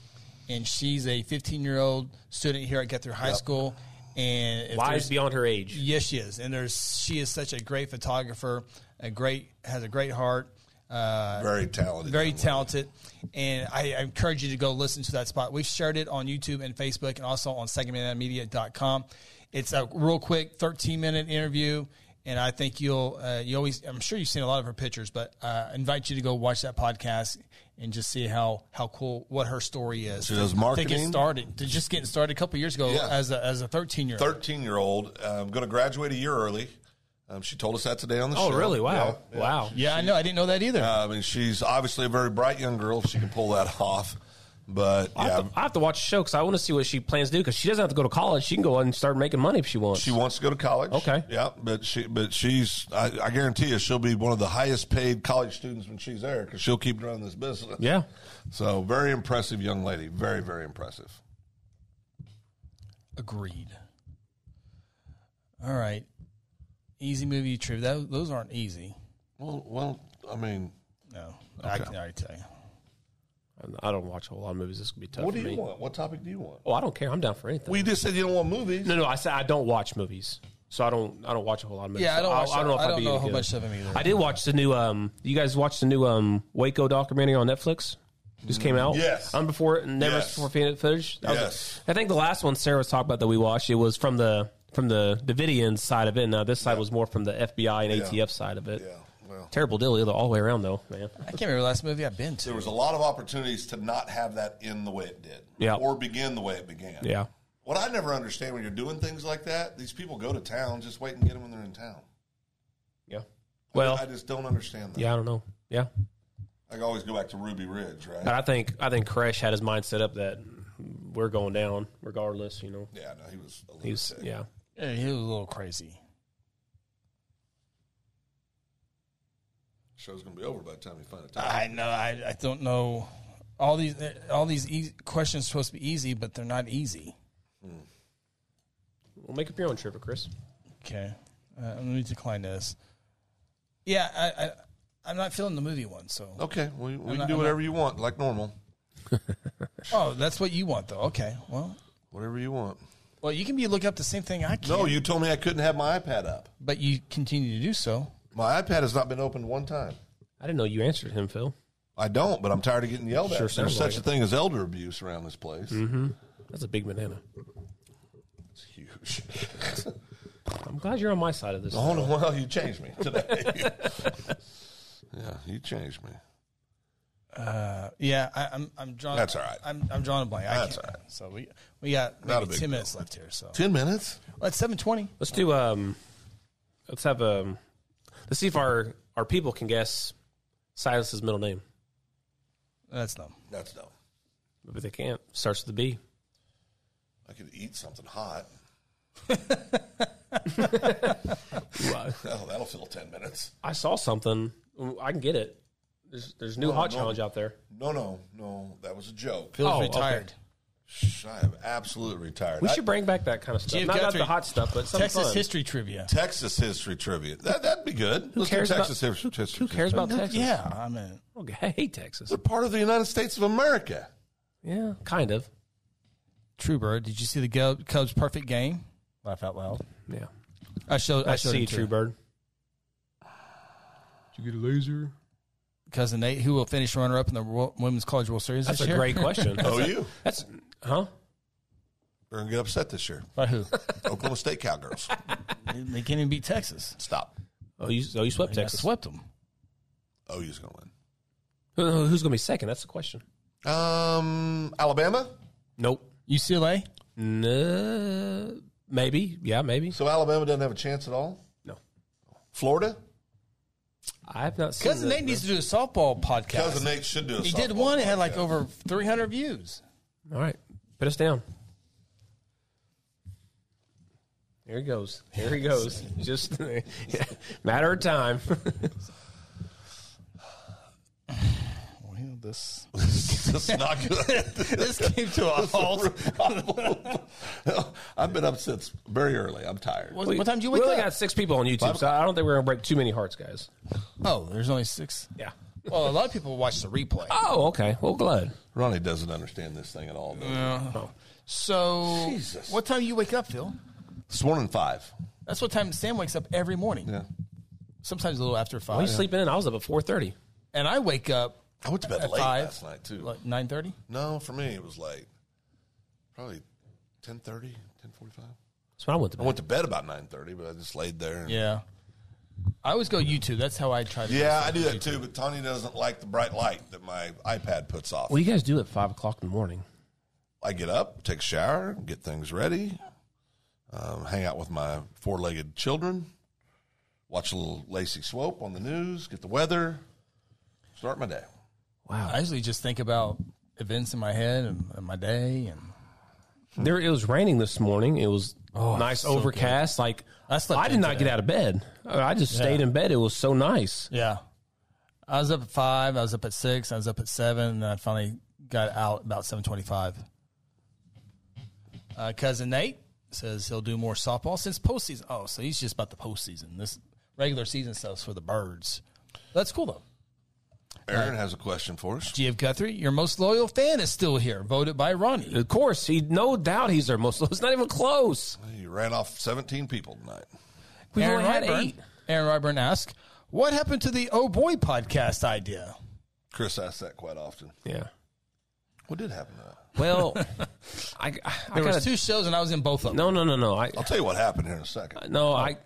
S4: and she's a 15 year old student here at Guthrie High School. And if
S2: Wise
S4: there's-
S2: beyond her age.
S4: Yes, she is, and there's she is such a great photographer, a great has a great heart. Uh,
S3: Very talented.
S4: very talented. And I, I encourage you to go listen to that spot. We've shared it on YouTube and Facebook and also on segmentmedia.com. It's a real quick 13 minute interview. And I think you'll, uh, you always, I'm sure you've seen a lot of her pictures, but uh, I invite you to go watch that podcast and just see how, how cool, what her story is.
S3: She does
S4: To get
S3: marketing.
S4: started, to just getting started a couple years ago
S3: Yeah.
S4: as a, as a 13 year old.
S3: 13 year old, um, going to graduate a year early. Um, she told us that today on the
S2: Oh,
S3: show.
S2: really? Wow.
S3: Yeah.
S2: Wow.
S4: Yeah, I know. I didn't know that either.
S3: I mean, she's obviously a very bright young girl. She can pull that (laughs) off. But
S2: I,
S3: yeah,
S2: have to, I have to watch the show because I want to see what she plans to do because she doesn't have to go to college. She can go and start making money if she wants.
S3: she wants to go to college.
S2: Okay.
S3: Yeah, but she, but she's, I, I guarantee you, she'll be one of the highest paid college students when she's there because she'll keep running this business.
S2: yeah.
S3: So very impressive young lady. Very, very impressive.
S4: Agreed. All right. Easy movie trivia. That, those aren't easy.
S3: Well, well, I mean,
S4: No, I can already tell you.
S2: I don't watch a whole lot of movies. This could be tough
S3: what
S2: for
S3: do you
S2: me.
S3: want? What topic do you want?
S2: Oh, I don't care. I'm down for anything.
S3: Well, you just said you don't want movies.
S2: no, no. I said I don't watch movies, so I don't. I don't watch a whole lot of movies.
S4: Yeah, I don't
S2: So
S4: watch- I
S2: I'd
S4: don't
S2: be
S4: know a
S2: any
S4: whole
S2: good.
S4: bunch of 'em either.
S2: I did watch the new. Um, you guys watched the new um Waco documentary on Netflix. Just came out.
S3: Yes.
S2: on before never
S3: Yes.
S2: before footage. That was-
S3: Yes.
S2: I think the last one Sarah was talking about that we watched. It was from the from the Davidian side of it. Now this side was more from the FBI and
S3: Yeah.
S2: ATF side of it.
S3: Yeah, well.
S2: Terrible deal either, all the way around though, man.
S4: I can't remember the last movie I've been to.
S3: there was a lot of opportunities to not have that end the way it did
S2: Yeah.
S3: or begin the way it began
S2: Yeah.
S3: what i never understand when you're doing things like that these people go to town just wait and get them when they're in town
S2: Yeah.
S3: i
S2: Well,
S3: just don't understand that
S2: yeah, I don't know. Yeah.
S3: i can always go back to ruby ridge right
S2: But I think I think Crash had his mind set up that we're going down regardless, you know.
S3: yeah no he was a little
S2: He was
S3: sick.
S2: yeah.
S4: Yeah, he was a little crazy.
S3: show's gonna be over by the time you find a time
S4: I know. I, I don't know. All these all these eas questions are supposed to be easy, but they're not easy.
S2: Well make up your own trivia, Chris.
S4: Okay, uh, let me decline this. Yeah, I, I I'm not feeling the movie one. So
S3: okay we, we
S4: not-
S3: can do
S4: I'm
S3: whatever you want like normal
S4: oh, that's what you want though. Okay, well.
S3: whatever you want
S4: Well, you can be looking up the same thing I can,
S3: no you told me i couldn't have my ipad up
S4: but you continue to do so.
S3: my ipad has not been opened one time
S2: I didn't know you answered him, Phil.
S3: I don't, but I'm tired of getting yelled at.
S2: Sure Mm-hmm.
S3: There's
S2: sounds
S3: such
S2: like
S3: a thing as elder abuse around this place. (laughs)
S2: That's a big banana.
S3: It's huge.
S2: I'm glad you're on my side of this.
S3: Oh no! Well, you changed me
S2: (laughs)
S3: today. yeah, you changed me.
S4: Yeah, I, I'm. I'm drawing.
S3: That's all right.
S4: I'm. I'm drawing a blank. I
S3: That's
S4: can't-
S3: all right.
S4: So we we got
S3: Not a
S4: maybe
S3: big
S4: ten
S3: deal.
S4: minutes left here. So
S3: Ten minutes.
S4: well, it's seven twenty.
S2: Let's do um let's have um let's see if our our people can guess Silas's middle name.
S4: That's dumb.
S3: That's dumb.
S2: Maybe they can't. Starts with a B.
S3: I could eat something hot. (laughs)
S2: Well,
S3: Oh, that'll fill ten minutes.
S2: I saw something. I can get it. There's there's
S4: Oh,
S2: new
S3: No,
S2: hot
S3: no.
S2: challenge out there.
S3: No, no, no. That was a joke.
S4: Bill's
S2: Oh,
S4: retired.
S2: okay.
S3: Shh, I am absolutely retired.
S2: We
S3: I-
S2: should bring back that kind of stuff.
S4: Gee,
S2: Not, not
S4: Guthrie,
S2: the hot stuff, but something
S4: Texas
S2: fun.
S4: history trivia.
S3: Texas history trivia. That, that'd be good. Who
S2: cares about-
S3: Texas history? history
S2: Who cares about
S4: No,
S2: Texas?
S4: Yeah, I mean,
S2: Okay, I hate Texas.
S3: They're part of the United States of America.
S2: Yeah, kind of.
S4: Truebird. Did you see the Gub- Cubs' perfect game? Laugh out loud.
S2: Yeah.
S4: I showed. I,
S2: I
S4: showed
S2: see
S4: him
S2: you,
S4: too.
S2: True Bird. Did you get a laser?
S4: Cousin Nate, who will finish (laughs) runner-up in the World, Women's College World Series
S2: That's
S4: this
S2: a
S4: year.
S2: great question.
S3: Oh, you?
S2: That's huh?
S3: Oh, They're going to get upset this
S4: (laughs)
S3: year.
S7: By who?
S3: Oklahoma State Cowgirls.
S4: They, they can't even beat Texas.
S3: Stop.
S2: Oh, you, oh, you swept
S4: They got
S2: Texas.
S4: swept them.
S3: OU's going to win.
S2: Who- Who's going to be second? That's the question.
S3: Um, Alabama.
S2: Nope.
S4: UCLA.
S2: No. Maybe. Yeah, maybe.
S3: So Alabama doesn't have a chance at all.
S2: No.
S3: Florida.
S2: I've not seen
S4: Cousin
S2: that,
S4: Nate needs to do a softball podcast.
S3: Cousin Nate should do. A
S4: he
S3: (laughs)
S4: did
S3: softball
S4: one. It had like
S3: podcast.
S4: over 300 views.
S2: bro. All right. Put us down. There he goes. There he goes. (laughs) Just matter of (laughs) time.
S4: Well, this
S3: That's not good.
S4: this came (laughs) to a halt.
S3: (laughs) I've been up since very early. I'm tired.
S4: What, what time did you wake
S2: we only
S4: up?
S2: got six people on YouTube, so I don't think we're going to break too many hearts, guys.
S4: Oh, there's only six.
S2: Yeah.
S7: Well, a lot of people watch the replay.
S2: Oh, okay. Well, glad.
S3: Ronnie doesn't understand this thing at all. does he?
S4: Uh-huh.
S7: So,
S3: Jesus.
S7: what time do you wake up, Phil?
S3: This morning five.
S4: That's what time Sam wakes up every morning.
S3: Yeah.
S4: Sometimes a little after
S2: Why are you
S4: five.
S2: sleeping in? I was up at 4.30.
S4: And I wake up
S3: I went to bed
S4: At
S3: late
S4: five?
S3: last night too.
S4: like nine thirty.
S3: No, for me it was late. Probably 10.30, 10.45.
S2: That's when I went to
S3: I
S2: bed.
S3: went to bed about nine thirty, but I just laid there. and-
S4: Yeah. I always go YouTube. That's how I try. to
S3: Yeah, I do that too. But Tony doesn't like the bright light that my iPad puts off.
S2: What do you guys do at 5 o'clock in the morning?
S3: I get up, take a shower, get things ready, um, hang out with my four legged children, watch a little Lacey Swope on the news, get the weather, start my day.
S4: I usually just think about events in my head and, and my day, and
S2: There, it was raining this morning. It was nice, overcast. Like
S4: Oh, I slept
S2: I did
S4: in
S2: not get
S4: today.
S2: out of bed. I just stayed in bed. It was so nice.
S4: yeah. I was up at five. I was up at six. I was up at seven. And I finally got out about seven twenty-five. Uh, Cousin Nate says he'll do more softball since postseason. Oh, so he's just about the postseason. This regular season stuff's for the birds. That's cool though.
S3: Aaron has a question for us.
S4: GF Guthrie, your most loyal fan is still here, voted by Ronnie.
S2: Of course, he no doubt he's their most. (laughs) It's not even close.
S3: You ran off 17 people tonight.
S2: We've
S4: Aaron
S2: only had
S4: Ryburn,
S2: eight.
S4: Aaron Ryburn asks, "What happened to the Oh Boy podcast idea?"
S3: Chris asks that quite often.
S2: Yeah.
S3: What did happen to that?
S4: (laughs)
S2: Well, I, I, I
S4: There
S2: gotta,
S4: was two shows, and I was in both of them.
S2: no, no, no, no. I
S3: I'll tell you what happened here in a second.
S2: no, I,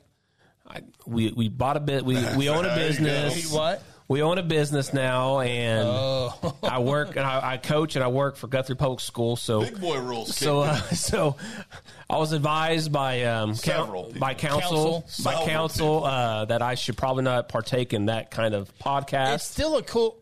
S2: I we we bought a bit. We
S4: (laughs)
S2: we own a
S3: There you go.
S2: business.
S4: What?
S2: We own a business now, and
S4: Oh.
S2: I work and I, I coach and I work for Guthrie Public School. So
S3: Big boy rules.
S2: So, uh, (laughs) so I was advised by um,
S3: Several
S2: coun-
S3: people.
S2: by counsel,
S4: Counsel.
S2: by
S3: Several
S2: counsel uh, that I should probably not partake in that kind kind of
S4: It's
S2: podcast.
S4: still a cool.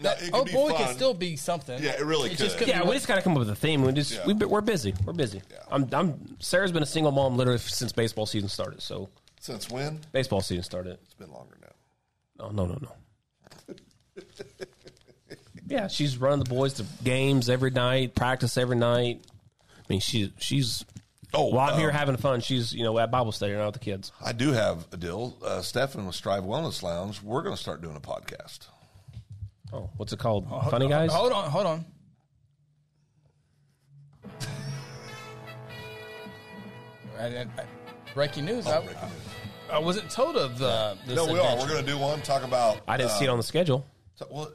S3: No,
S4: that
S3: it could
S4: oh
S3: be
S4: Boy can
S3: fun.
S4: still be something.
S3: Yeah, it really
S4: just
S3: could.
S4: could
S2: yeah, we just got to come up with a theme. We just
S3: Yeah.
S2: we, we're busy. We're busy. I'm, I'm Sarah's been a single mom literally since baseball season started. So
S3: Since when?
S2: baseball season started. Oh,
S3: It's been longer now.
S2: No, no, no,
S3: (laughs)
S2: no. yeah, she's running the boys to games every night, practice every night. I mean, she she's.
S3: Oh,
S2: while I'm here
S3: um,
S2: having fun, she's you know at Bible study now with the kids.
S3: I do have a deal. Uh, Stefan with Strive Wellness Lounge. We're going to start doing a podcast.
S2: Oh, what's it called? Funny guys.
S4: Uh, Hold on, hold on. I, I, I- breaking news. I,
S3: Breaking news.
S4: I wasn't told of the. This
S3: No, we are.
S4: adventure.
S3: We're going to do one. Talk about.
S2: I didn't see it on the schedule.
S3: so- well,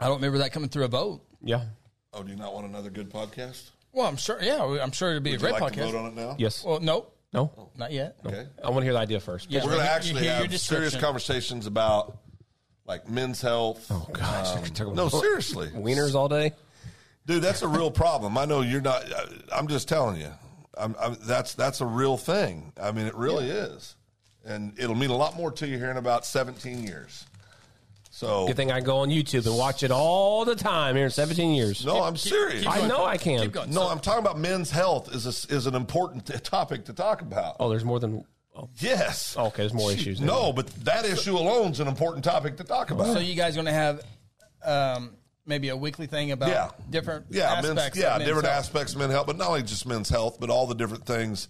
S4: I don't remember that coming through a boat.
S2: Yeah.
S3: oh, do you not want another good podcast?
S4: Well, I'm sure. Yeah, I'm sure it'd be
S3: Would
S4: a
S3: you
S4: great
S3: like to
S4: podcast.
S3: vote on it now?
S2: Yes.
S4: Well, no,
S2: no.
S4: not yet.
S3: Okay.
S2: I want to hear the idea first.
S4: Yeah.
S3: We're going
S4: You-
S3: to
S4: you
S3: actually
S4: hear your
S3: have serious
S4: description.
S3: conversations about like men's health. Oh
S2: gosh, I could talk about
S3: no,
S2: pork-
S3: seriously,
S2: Wieners all day.
S3: dude, that's a real problem. I know you're not. I, I'm just telling you. I'm, I'm, that's that's a real thing. I mean, it really is, and it'll mean a lot more to you here in about 17 years. So
S2: Good thing I can go on YouTube and watch it all the time here in 17 years.
S3: no, I'm serious.
S2: I know I can.
S4: Keep going.
S3: No, I'm talking about men's health is a, is an important t- topic to talk about.
S2: Oh, there's more than. Oh,
S3: Yes.
S2: okay, there's more issues.
S3: No, but that issue alone is an important topic to talk about.
S4: So you guys going to have um, maybe a weekly thing about
S3: yeah,
S4: different
S3: yeah, men's-
S4: aspects.
S3: yeah,
S4: of men's
S3: different
S4: health.
S3: aspects of men's health, but not only just men's health, but all the different things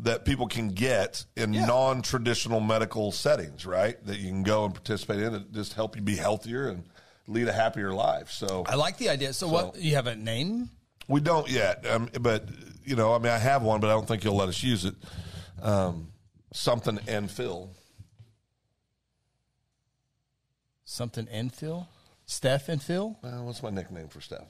S3: that people can get in non-traditional medical settings, right? That you can go and participate in and just help you be healthier and lead a happier life. So
S4: I like the idea. So, what you have a name?
S3: we don't yet, um, but you know, I mean, I have one, but I don't think you'll let us use it. Um, something and Phil.
S4: Something Enfield? Steph Enfield?
S3: Well, what's my nickname for Stefan?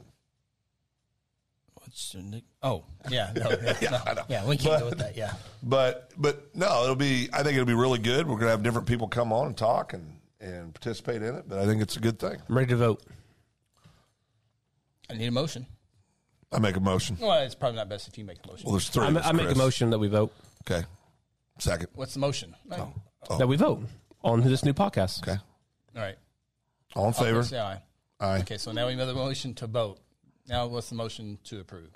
S4: Oh, yeah.
S3: (laughs)
S4: No, no,
S3: Yeah,
S4: no.
S3: I know.
S4: yeah, we can't go with that. Yeah.
S3: But but no, it'll be. I think it'll be really good. We're gonna have different people come on and talk and and participate in it. But I think it's a good thing.
S2: I'm ready to vote.
S4: I need a motion.
S3: I make a motion.
S4: Well, it's probably not best if you make the motion.
S3: Well, there's three.
S2: I,
S3: of
S2: ma-
S3: us,
S2: I make a
S3: Chris.
S2: motion that we vote.
S3: Okay. Second.
S4: What's the motion?
S3: Oh.
S2: That we vote on this new podcast.
S3: Okay.
S4: All right.
S3: All in favor?
S4: Say aye.
S3: Aye.
S4: Okay, so now we have the motion to vote. Now, what's the motion to approve?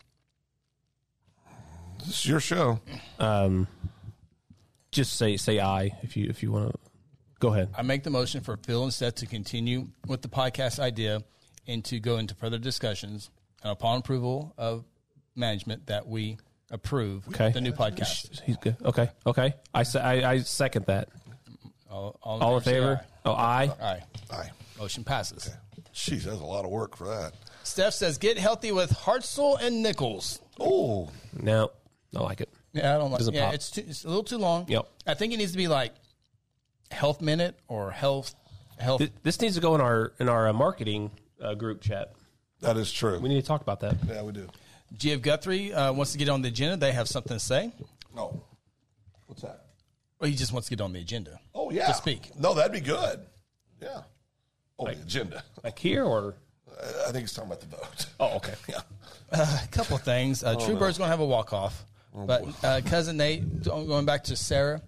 S3: This is your show.
S2: Um, just say say aye if you if you want to. Go ahead.
S4: I make the motion for Phil and Seth to continue with the podcast idea and to go into further discussions and upon approval of management that we approve
S2: Okay.
S4: the new podcast.
S2: He's good. Okay. Okay. I se- I, I second that.
S4: All,
S2: All in
S4: say
S2: favor? Oh, aye.
S4: Aye. Aye.
S3: Aye.
S4: Motion passes.
S3: Jeez, that's a lot of work for that.
S4: Steph says, get healthy with Hartzell and Nichols.
S3: Oh,
S2: No, I like it.
S4: Yeah, I don't like
S2: Doesn't
S4: Yeah,
S2: pop.
S4: it's, too, it's a little too long.
S2: Yep.
S4: I think it needs to be like health minute or health, health.
S2: Th- This needs to go in our in our uh, marketing uh, group chat.
S3: that is true.
S2: We need to talk about that.
S3: yeah, we do.
S4: G.F. Guthrie uh, wants to get on the agenda. They have something to say.
S3: No. What's that?
S4: Or he just wants to get on the agenda.
S3: Oh yeah.
S4: To speak.
S3: No, that'd be good. Yeah. Oh, the agenda.
S2: Like here or
S3: I- I think it's talking about the
S2: (laughs)
S3: vote.
S2: oh, okay.
S3: Yeah.
S4: A couple of things.
S3: Oh,
S4: Uh, True Bird's going to have a walk off. But uh, cousin Nate, going back to Sarah.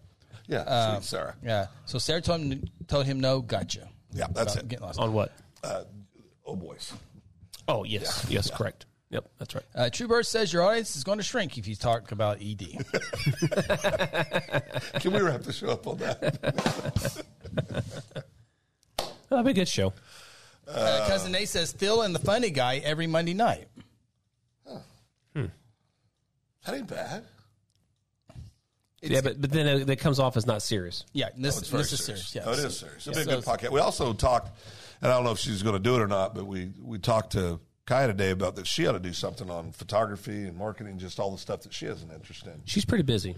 S3: Yeah.
S2: Um,
S3: sweet Sarah.
S4: Yeah. So Sarah told him, told him no. Gotcha.
S3: Yeah, that's
S4: About
S3: it.
S4: Getting lost.
S2: On what?
S3: Oh boys.
S2: Oh yes, yes, correct. Yep, that's right.
S4: Uh, True Bird says your audience is going to shrink if you talk about E
S3: (laughs)
S4: Uh, ED.
S3: Can we wrap the show up on that? (laughs)
S2: That'll be a good show.
S4: Uh, cousin Nate says Phil and the Funny Guy every Monday night.
S3: That ain't bad.
S2: yeah, but but then it, that comes off as not serious.
S4: Yeah, this,
S3: It's very
S4: this is serious. Yeah,
S3: Oh, it is serious. It's
S4: Yeah.
S3: been a good
S4: So-
S3: podcast. We also talked, and I don't know if she's going to do it or not, but we we talked to Kaya today about that she ought to do something on photography and marketing, just all the stuff that she has an interest in.
S2: She's pretty busy.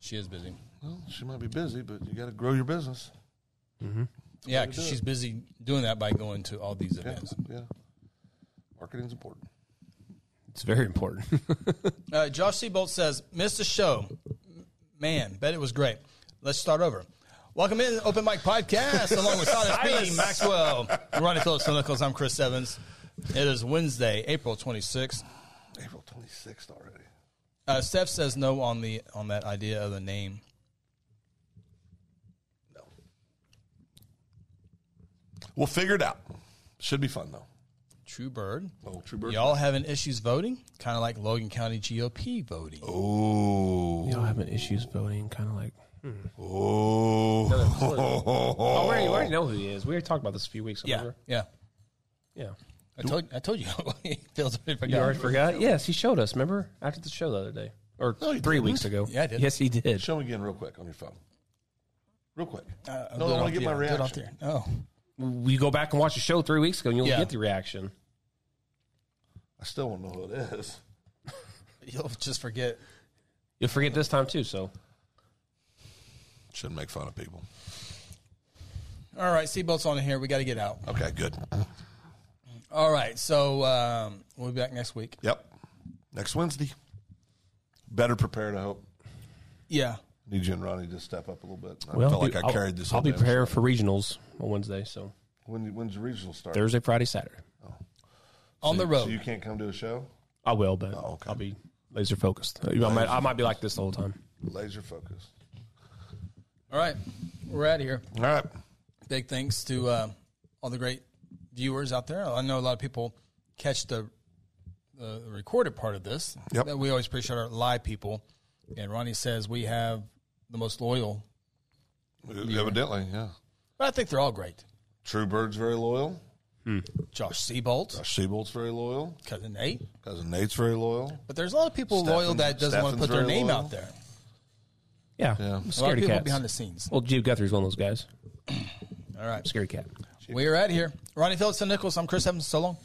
S4: She is busy.
S3: Well, she might be busy, but you got to grow your business.
S4: Yeah, 'cause she's busy doing that by going to all these
S3: Yeah,
S4: events.
S3: yeah. Marketing's important.
S2: It's very (laughs) important.
S4: Uh, Josh Seabolt says, missed the show. Man, bet it was great. Let's start over. Welcome in Open Mic Podcast along with (laughs) Silas P. Maxwell, Ronnie Phillips, Phil Nichols. I'm Chris Evans. It is Wednesday, April 26th.
S3: April twenty sixth already.
S4: Uh, Steph says no on the on that idea of the name.
S3: We'll figure it out. Should be fun though.
S4: True Bird.
S3: Oh, True Bird.
S4: Y'all having issues voting? Kind of like Logan County GOP voting.
S3: (laughs) Oh,
S2: you know, having issues voting, kind of like.
S3: oh.
S2: Oh, we already, we already know who he is. We already talked about this a few weeks ago.
S4: Yeah, yeah.
S2: Yeah.
S4: I told I told you. (laughs) Phil's already
S2: You
S4: forgot.
S2: already forgot? Yes, he showed us. Remember after the show the other day, or
S3: No, you
S2: three
S3: didn't.
S2: weeks ago.
S4: Yeah, I did.
S2: Yes, he did.
S3: Show me again real quick on your phone. Real quick.
S4: Uh, I'll
S3: no,
S4: do
S3: I
S4: it
S3: want
S4: off
S3: to get
S4: the
S3: my
S4: air. Do it off
S3: reaction.
S4: the air. Oh, (laughs)
S2: We go back and watch the show three weeks ago, and you'll
S4: Yeah.
S2: get the reaction.
S3: I still don't know who it is.
S4: you'll just forget.
S2: You'll forget this time too. So
S3: Shouldn't make fun of people.
S4: All right, seatbelts on here. We got to get out.
S3: Okay, good.
S4: All right, so um, we'll be back next week.
S3: Yep. Next Wednesday. Better prepared, I hope.
S4: Yeah,
S3: Need you and Ronnie to step up a little bit. I
S2: Well,
S3: felt like
S2: dude,
S3: I
S2: I'll-
S3: carried this.
S2: I'll
S3: whole
S2: be
S3: damn
S2: prepared
S3: show.
S2: for regionals on Wednesday. So
S3: When, when's the regional start?
S2: Thursday, Friday, Saturday.
S4: on the
S3: So you
S4: road.
S3: can't come to a show?
S2: I will, but
S3: Oh, okay.
S2: I'll be laser focused. I might, I might be like this the whole time.
S3: Laser focused.
S4: All right, we're out of here.
S3: All right.
S4: Big thanks to uh, all the great viewers out there. I know a lot of people catch the the recorded part of this.
S3: Yep.
S4: That we always appreciate our live people. And Ronnie says we have the most loyal,
S3: Evidently, yeah.
S4: but I think they're all great.
S3: True Bird's very loyal.
S4: Josh Seabolt,
S3: Shebold's very loyal.
S4: cousin Nate.
S3: Cousin Nate's very loyal.
S4: But there's a lot of people loyal
S3: Steffen's-
S4: that doesn't want to
S3: Steffen's
S4: put their
S3: very
S4: name
S3: loyal.
S4: out there.
S2: Yeah,
S3: Yeah.
S4: A lot of
S2: scary
S4: people
S2: cat.
S4: behind the scenes.
S2: Well, Gene Guthrie's one of those guys.
S4: All right.
S2: Scary cat.
S4: We are out of here. Ronnie Phillips and Nichols. I'm Chris Evans. So long.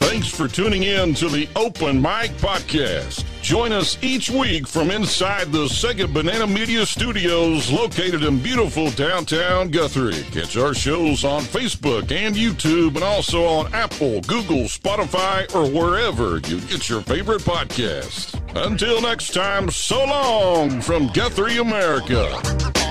S1: Thanks for tuning in to the Open Mic Podcast. Join us each week from inside the Sega Banana Media Studios located in beautiful downtown Guthrie. Catch our shows on Facebook and YouTube and also on Apple, Google, Spotify, or wherever you get your favorite podcast. Until next time, so long from Guthrie, America.